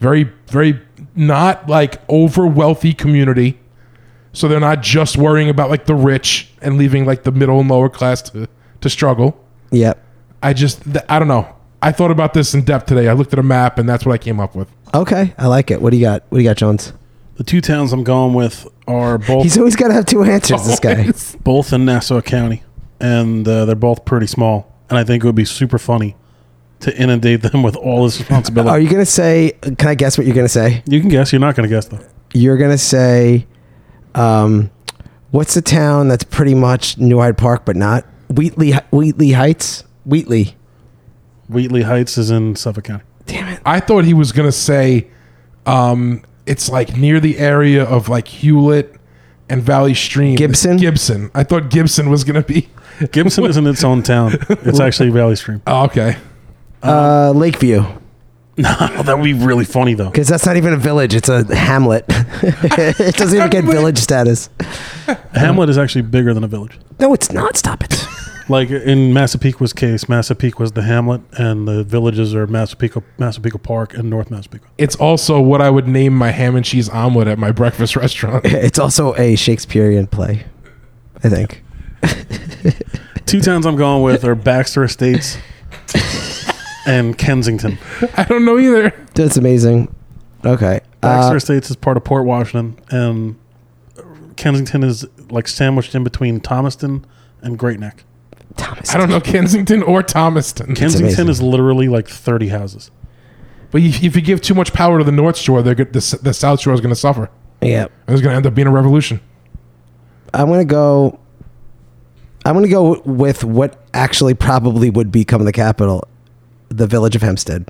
very, very not like over wealthy community. So they're not just worrying about like the rich and leaving like the middle and lower class to, to struggle.
yep.
I just, th- I don't know. I thought about this in depth today. I looked at a map, and that's what I came up with.
Okay, I like it. What do you got? What do you got, Jones?
The two towns I'm going with are both
He's always got to have two answers. This guy.
both in Nassau County, and uh, they're both pretty small. And I think it would be super funny to inundate them with all this responsibility.
Are you gonna say? Can I guess what you're gonna say?
you can guess. You're not going to guess though.
You're gonna say, um, what's the town that's pretty much New Hyde Park but not Wheatley? Wheatley Heights. Wheatley.
Wheatley Heights is in Suffolk County.
I thought he was gonna say um, it's like near the area of like Hewlett and Valley Stream.
Gibson?
Gibson. I thought Gibson was gonna be.
Gibson isn't its own town. It's actually Valley Stream.
Oh, okay.
Uh, Lakeview.
Oh, that would be really funny though.
Because that's not even a village; it's a hamlet. it doesn't even get
Hamlet.
village status.
Hamlet is actually bigger than a village.
No, it's not. Stop it.
Like in Massapequa's case, Massapequa's the hamlet, and the villages are Massapequa, Massapequa Park, and North Massapequa.
It's also what I would name my ham and cheese omelet at my breakfast restaurant.
It's also a Shakespearean play, I think.
Two towns I'm going with are Baxter Estates and Kensington.
I don't know either.
That's amazing. Okay.
Baxter
Uh,
Estates is part of Port Washington, and Kensington is like sandwiched in between Thomaston and Great Neck.
Thomas.
I don't know Kensington or Thomaston.
Kensington
amazing.
is literally like 30 houses.
but if if you give too much power to the North Shore, they're good, the, S- the South Shore is gonna suffer.
Yeah.
There's gonna end up being a revolution.
I'm gonna go. I'm gonna go with what actually probably would become the capital, the village of Hempstead.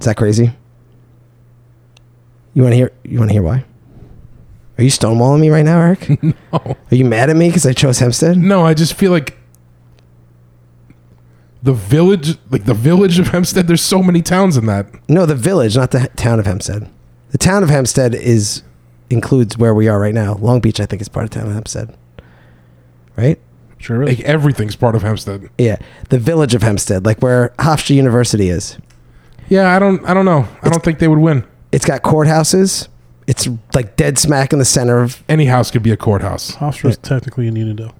Is that crazy? You want to hear? You want to hear why? Are you stonewalling me right now, Eric? no. Are you mad at me because I chose Hempstead?
No, I just feel like the village, like the village of Hempstead. There's so many towns in that.
No, the village, not the h- town of Hempstead. The town of Hempstead is includes where we are right now. Long Beach, I think, is part of town of Hempstead. Right?
Sure is.
Like everything's part of Hempstead.
Yeah. The village of Hempstead, like where Hofstra University is.
Yeah, I don't. I don't know. I don't think they would win.
It's got courthouses. It's like dead smack in the center of.
Any house could be a courthouse.
Hofstra is technically in Unionville.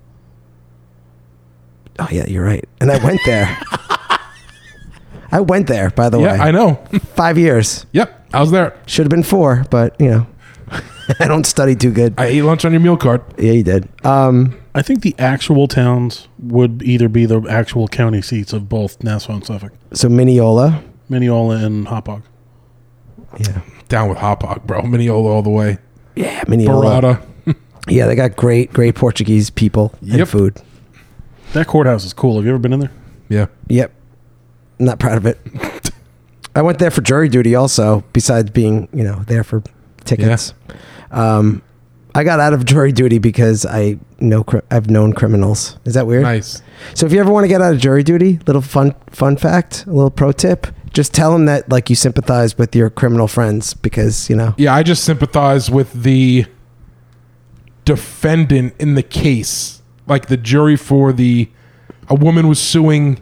Oh yeah, you're right. And I went there. I went there, by the
Oh, Yeah,
way.
I know.
Five years
yep, I was there.
should have been four, but you know, I don't study too good.
I ate lunch on your meal card.
yeah, you did. Um,
I think the actual towns would either be the actual county seats of both Nassau and Suffolk,
so Mineola.
Mineola and Hopog.
Yeah.
Down with hot pot, bro. Mineola all the way.
Yeah, Mineola.
Barada.
Yeah, they got great, great Portuguese people and
Yep.
food.
That courthouse is cool. Have you ever been in there?
Yeah.
Yep. I'm not proud of it. I went there for jury duty also, besides being, you know, there for tickets. Um, I got out of jury duty because I know cri- I've known criminals. Is that weird?
Nice.
So if you ever want to get out of jury duty, little fun fun fact, a little pro tip, just tell them that like you sympathize with your criminal friends because, you know,
Yeah, I just sympathize with the defendant in the case. Like the jury for the a woman was suing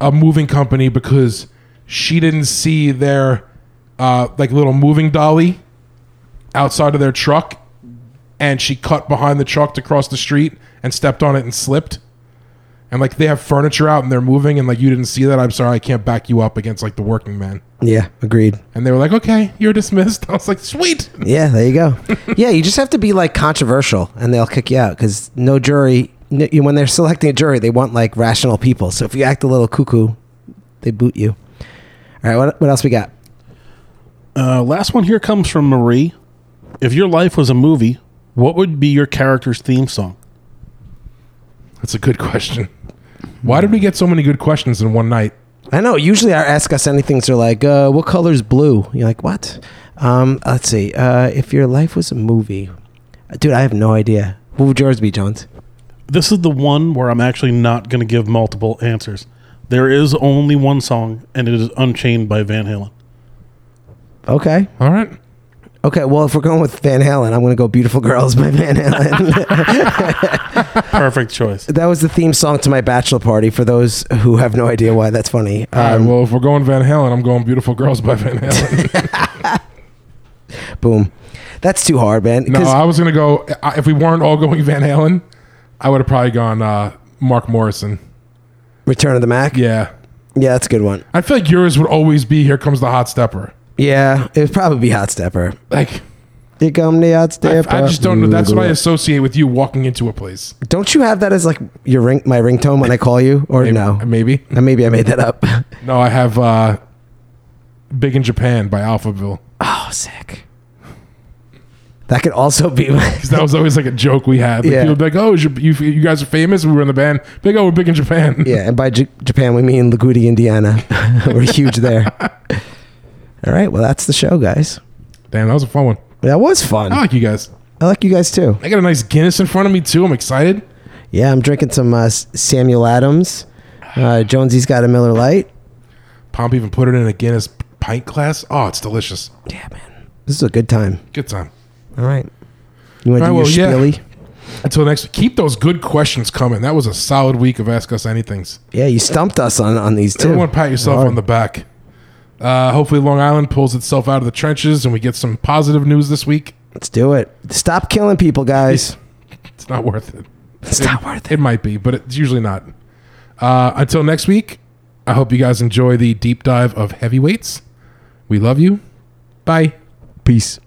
a moving company because she didn't see their uh, like little moving dolly outside of their truck and she cut behind the truck to cross the street and stepped on it and slipped. And like they have furniture out and they're moving and like you didn't see that. I'm sorry, I can't back you up against like the working man.
yeah, agreed.
And they were like, "Okay, you're dismissed." I was like, "Sweet."
Yeah, there you go. yeah, you just have to be like controversial, and they'll kick you out because no jury. n- you- When they're selecting a jury, they want like rational people. So if you act a little cuckoo, they boot you. All right, what, what else we got?
Uh, last one here comes from Marie. If your life was a movie, what would be your character's theme song?
That's a good question. Why did we get so many good questions in one night?
I know. Usually, our ask us anything's are like, uh, "What color's blue?" You're like, "What?" Um, let's see. Uh, if your life was a movie, dude, I have no idea. What would yours be, Jones?
This is the one where I'm actually not going to give multiple answers. There is only one song, and it is Unchained by Van Halen.
Okay.
All right.
Okay. Well, if we're going with Van Halen, I'm going to go "Beautiful Girls" by Van Halen.
Perfect choice.
That was the theme song to my bachelor party. For those who have no idea why that's funny,
All right.
um,
Well, if we're going Van Halen, I'm going "Beautiful Girls" by Van Halen.
boom, that's too hard, man.
no,
'Cause-
I was gonna go. I- If we weren't all going Van Halen, I would have probably gone uh, Mark Morrison.
Return of the Mac.
Yeah,
Yeah, that's a good one.
I feel like yours would always be "Here Comes the Hot Stepper."
Yeah, it would probably be Hot Stepper.
Like
Here come the Hot
I,
Stepper.
I just don't know. That's what I associate with you walking into a place.
Don't you have that as like your ring, my ringtone when I call you, or
Maybe,
no?
Maybe.
Uh, Maybe I made that up.
No, I have uh, "Big in Japan" by Alphaville.
Oh, sick. That could also be. my-
'Cause that was always like a joke we had. Like
Yeah.
People would be like, "Oh, is your, you, you guys are famous." We were in the band. Big, oh, we're big in Japan.
yeah, and by J- Japan we mean Lagudi, Indiana. We're huge there. All right, well that's the show, guys.
Damn, that was a fun one.
That was fun.
I like you guys.
I like you guys too.
I got a nice Guinness in front of me too. I'm excited.
Yeah, I'm drinking some uh, S- Samuel Adams. Uh, Jonesy's got a Miller Light.
Pomp even put it in a Guinness pint glass. Oh, it's delicious.
Yeah, man, this is a good time.
Good time.
All right, you want to do
All right,
your
well, yeah.
spiely?
Until next, keep those good questions coming. That was a solid week of Ask Us Anything's.
Yeah, you stumped us on on these two.
Everyone, pat yourself on the back. Uh, hopefully, Long Island pulls itself out of the trenches and we get some positive news this week.
Let's do it. Stop killing people, guys.
It's not worth it.
It's not worth it.
It might be, but it's usually not. Uh, until next week, I hope you guys enjoy the deep dive of heavyweights. We love you. Bye.
Peace.